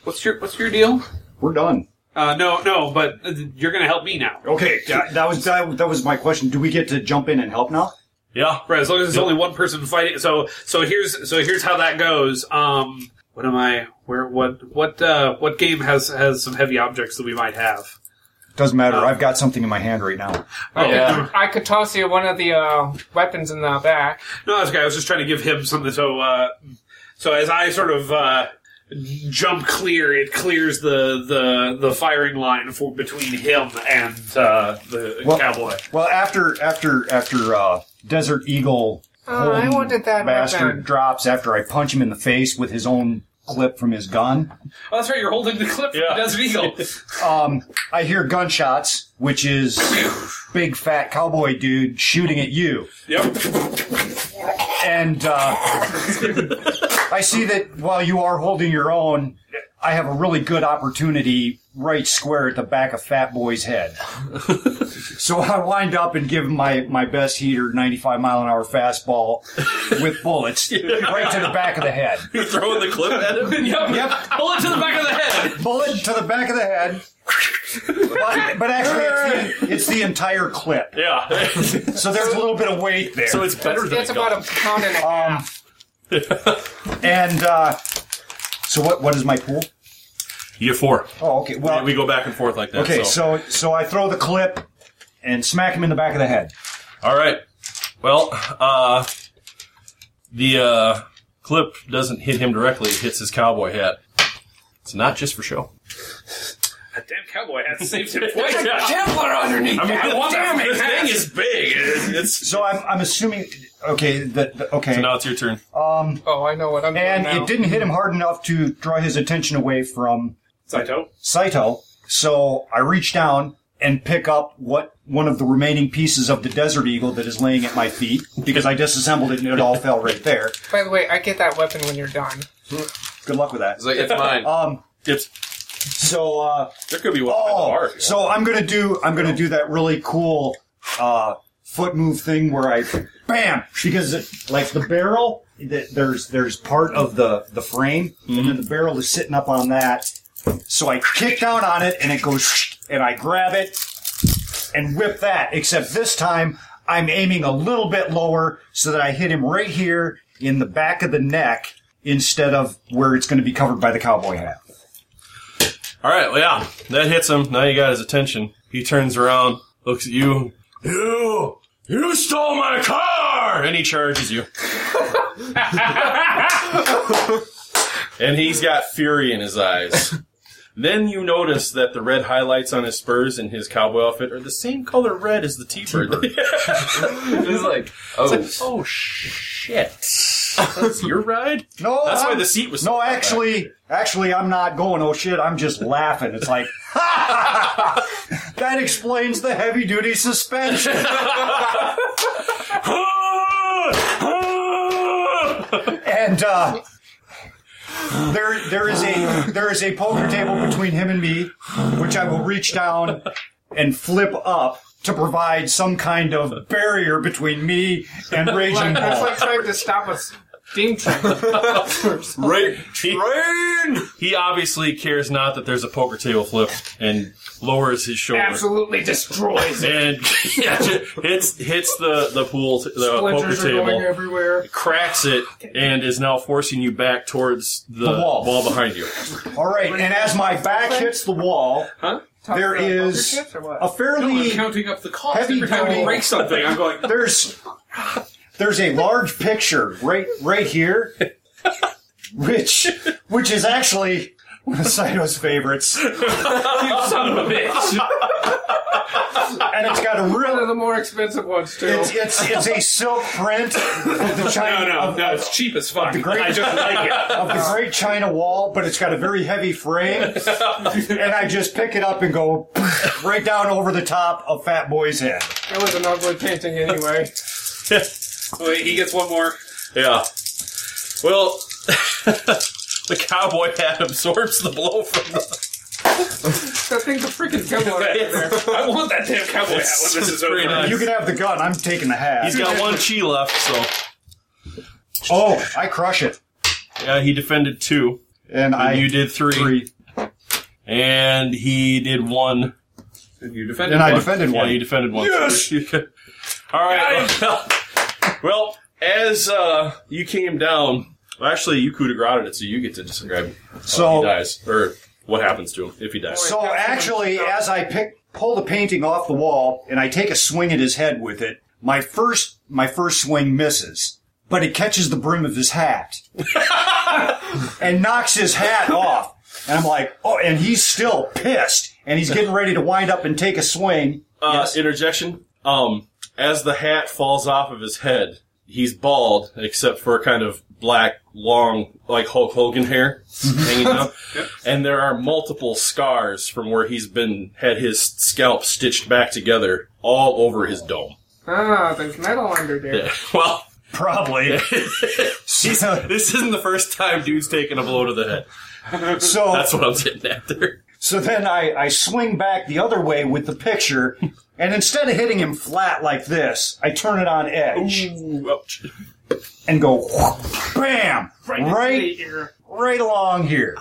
Speaker 5: what's your what's your deal?
Speaker 7: We're done.
Speaker 5: Uh, no, no, but uh, you're gonna help me now.
Speaker 7: Okay, that, that was that, that was my question. Do we get to jump in and help now?
Speaker 4: Yeah,
Speaker 5: Right, as long as there's only one person fighting. So so here's so here's how that goes. Um, what am I? Where what what uh, what game has has some heavy objects that we might have?
Speaker 7: Doesn't matter. I've got something in my hand right now.
Speaker 6: Oh,
Speaker 9: Yeah.
Speaker 6: I could toss you one of the uh, weapons in the back.
Speaker 5: No, that's okay. I was just trying to give him something. So, uh, so as I sort of uh, jump clear, it clears the the, the firing line for between him and uh, the
Speaker 7: Well-
Speaker 5: cowboy.
Speaker 7: Well, after after after uh, Desert Eagle
Speaker 6: Oh, I
Speaker 7: Holden
Speaker 6: wanted that
Speaker 7: bastard
Speaker 6: weapon.
Speaker 7: drops after I punch him in the face with his own clip from his gun.
Speaker 5: Oh, that's right. You're holding the clip from
Speaker 4: Yeah.
Speaker 5: the Desert [LAUGHS] Eagle.
Speaker 7: Um, I hear gunshots, which is big fat cowboy dude shooting at you.
Speaker 5: yep.
Speaker 7: and uh, I see that while you are holding your own, I have a really good opportunity right square at the back of Fat Boy's head. so I wind up and give him my, my best heater, 95 mile an hour fastball with bullets right to the back of the head.
Speaker 4: [LAUGHS] you're throwing the clip at him.
Speaker 5: Yep.
Speaker 7: Yep.
Speaker 5: Bullet to the back of the head.
Speaker 7: Bullet to the back of the head. But, but actually, it's the, it's the entire clip.
Speaker 4: Yeah,
Speaker 7: So there's a little bit of weight
Speaker 4: [LAUGHS]
Speaker 7: there.
Speaker 4: so it's better than
Speaker 6: That's
Speaker 4: a
Speaker 6: about
Speaker 4: gun.
Speaker 6: a pound and a
Speaker 7: um,
Speaker 6: half.
Speaker 7: and uh, so what? What is my pool?
Speaker 4: [LAUGHS] You get four.
Speaker 7: Oh, okay. Well,
Speaker 4: And we go back and forth like that.
Speaker 7: Okay,
Speaker 4: so.
Speaker 7: so so I throw the clip and smack him in the back of the head.
Speaker 4: all right, Well, uh, the uh, clip doesn't hit him directly; it hits his cowboy hat. It's not just for show.
Speaker 5: That damn cowboy hat saved [LAUGHS] him twice.
Speaker 9: Templar underneath.
Speaker 4: I mean,
Speaker 5: want that
Speaker 4: this
Speaker 5: hat.
Speaker 4: thing is big. It's, it's-
Speaker 7: So I'm, I'm assuming. Okay, that that- okay.
Speaker 4: so now it's your turn.
Speaker 6: Oh, I know what I'm
Speaker 7: and
Speaker 6: doing now.
Speaker 7: it didn't hit him hard enough to draw his attention away from
Speaker 5: Saito.
Speaker 7: Saito. So I reach down and pick up what one of the remaining pieces of the Desert Eagle that is laying at my feet because I disassembled it and it all fell right there.
Speaker 6: By the way, I get that weapon when you're done.
Speaker 7: Good luck with that.
Speaker 9: It's like it's mine.
Speaker 7: Um.
Speaker 4: It's
Speaker 7: So. Uh,
Speaker 4: there could be one in the
Speaker 7: oh.
Speaker 4: park.
Speaker 7: So I'm gonna do. I'm gonna do that really cool. Uh, foot move thing where I bam because it, like the barrel th- there's there's part of the the frame and
Speaker 4: Mm-hmm.
Speaker 7: then the barrel is sitting up on that so I kick down on it and it goes and I grab it and whip that except this time I'm aiming a little bit lower so that I hit him right here in the back of the neck instead of where it's going to be covered by the cowboy hat
Speaker 4: All right, well, yeah, that hits him. Now you got his attention. He turns around, looks at you. You, you stole my car, and he charges
Speaker 7: [LAUGHS]
Speaker 4: you. and he's got fury in his eyes. then you notice that the red highlights on his spurs and his cowboy outfit are the same color red as the T-bird.
Speaker 9: It's like oh,
Speaker 4: oh shit! [LAUGHS] That's your ride.
Speaker 7: no
Speaker 4: That's why
Speaker 7: I'm-
Speaker 4: the seat was. so
Speaker 7: no
Speaker 4: far back.
Speaker 7: actually actually i'm not going oh shit i'm just laughing it's like [LAUGHS] that explains the heavy duty suspension and uh there there is a there is a poker table between him and me which i will reach down and flip up to provide some kind of barrier between me and raging
Speaker 6: That's
Speaker 7: bull
Speaker 6: like trying to stop us. Steam [LAUGHS] train.
Speaker 4: Right, train. He obviously cares not that there's a poker table flip and lowers his shoulder
Speaker 6: Absolutely destroys it.
Speaker 4: and [LAUGHS] yeah, hits hits the the pool t- the poker
Speaker 6: Splinters are going
Speaker 4: table,
Speaker 6: everywhere.
Speaker 4: cracks it, and is now forcing you back towards the,
Speaker 7: wall.
Speaker 4: behind you.
Speaker 7: all right and as my back hits the wall there
Speaker 6: Talking about
Speaker 7: is
Speaker 6: poker chips or what?
Speaker 7: a fairly
Speaker 5: counting up the cost
Speaker 7: Heavy
Speaker 5: every time he
Speaker 7: gold.
Speaker 5: breaks something. I'm going.
Speaker 7: there's there's a large picture right right here, which which is actually one of Saito's favorites,
Speaker 5: Son of a bitch.
Speaker 7: and it's got a
Speaker 6: One of
Speaker 7: real
Speaker 6: the more expensive ones too.
Speaker 7: it's it's, it's a silk print of the
Speaker 5: No,
Speaker 7: China
Speaker 5: no,
Speaker 7: of,
Speaker 5: [LAUGHS] no. It's cheap as fuck.
Speaker 7: great-
Speaker 5: I just like it.
Speaker 7: of the Great China Wall, but it's got a very heavy frame, and I just pick it up and go right down over the top of Fat Boy's head.
Speaker 6: It was an ugly painting [LAUGHS] anyway.
Speaker 5: Wait, he gets one more.
Speaker 4: [LAUGHS] yeah. Well, [LAUGHS] the cowboy hat absorbs the blow from the.
Speaker 6: that thing's a freaking gun [LAUGHS] over there.
Speaker 5: I want that damn cowboy hat
Speaker 4: It's-
Speaker 5: when this
Speaker 4: it's
Speaker 5: is
Speaker 4: pretty
Speaker 5: over.
Speaker 4: nice.
Speaker 7: You can have the gun. I'm taking the hat.
Speaker 4: He's got one chi left, so
Speaker 7: Oh, I crush it,
Speaker 4: yeah, he defended two,
Speaker 7: and I
Speaker 4: and you did three,
Speaker 7: three,
Speaker 5: Oh,
Speaker 4: and he did one.
Speaker 5: You defend
Speaker 7: and I defended
Speaker 4: Yeah,
Speaker 7: one.
Speaker 4: you defended one. [LAUGHS] Yes. All right. Well, well, as uh, you came down, well, actually, you coup de grace it, so you get to describe how
Speaker 7: So-
Speaker 4: he dies or what happens to him if he dies.
Speaker 7: Oh. So actually, as I pick pull the painting off the wall and I take a swing at his head with it, my first my first swing misses, but it catches the brim of his hat and knocks his hat off. And I'm like, oh, and he's still pissed, and he's getting ready to wind up and take a swing.
Speaker 4: uh, Interjection. Um, as the hat falls off of his head, he's bald except for kind of black, long, like Hulk Hogan hair hanging [LAUGHS] down, and there are multiple scars from where he's been had his scalp stitched back together all over his dome.
Speaker 6: Ah, there's metal under there.
Speaker 4: [LAUGHS] Well.
Speaker 7: Probably. so,
Speaker 4: This isn't the first time dude's taking a blow to the head.
Speaker 7: so,
Speaker 4: That's what I'm getting at there.
Speaker 7: so then I, I swing back the other way with the picture, and instead of hitting him flat like this, I turn it on edge.
Speaker 4: Ooh, ouch.
Speaker 7: and go bam right right, along here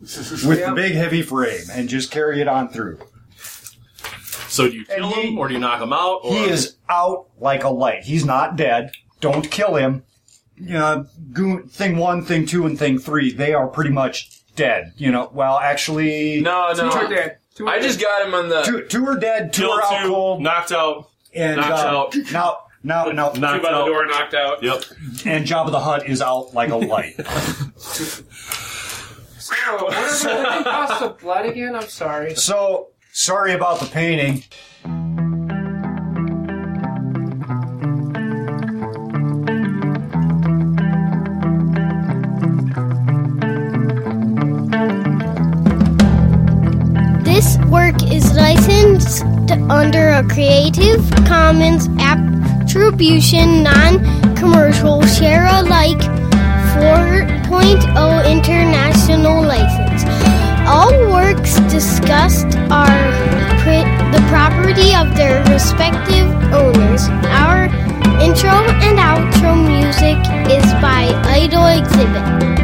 Speaker 7: with the big heavy frame and just carry it on through.
Speaker 4: So do you kill
Speaker 7: And he-
Speaker 4: him or do you knock him out? Or...
Speaker 7: He is out like a light. He's not dead. Don't kill him. You know, goon, thing one, thing two, and thing three, they are pretty much dead. You know, well, actually,
Speaker 9: no,
Speaker 6: Two
Speaker 9: no.
Speaker 6: are dead. Two are
Speaker 9: I just got him on the.
Speaker 7: two, two are dead, two
Speaker 4: Kill
Speaker 7: are out
Speaker 4: two,
Speaker 7: cold,
Speaker 4: knocked out.
Speaker 7: and
Speaker 4: knocked
Speaker 7: uh,
Speaker 4: out.
Speaker 7: now Now, now,
Speaker 5: Two by the
Speaker 4: out.
Speaker 5: door knocked out.
Speaker 4: Yep.
Speaker 7: and Jabba the Hutt is out like a light.
Speaker 6: [LAUGHS] What is it? What cost [LAUGHS] of blood again? I'm sorry.
Speaker 7: so, sorry about the painting.
Speaker 2: This work is licensed under a Creative Commons Attribution Non Commercial Share Alike 4.0 International License. All works discussed are pri- the property of their respective owners. Our intro and outro music is by Idol Exhibit.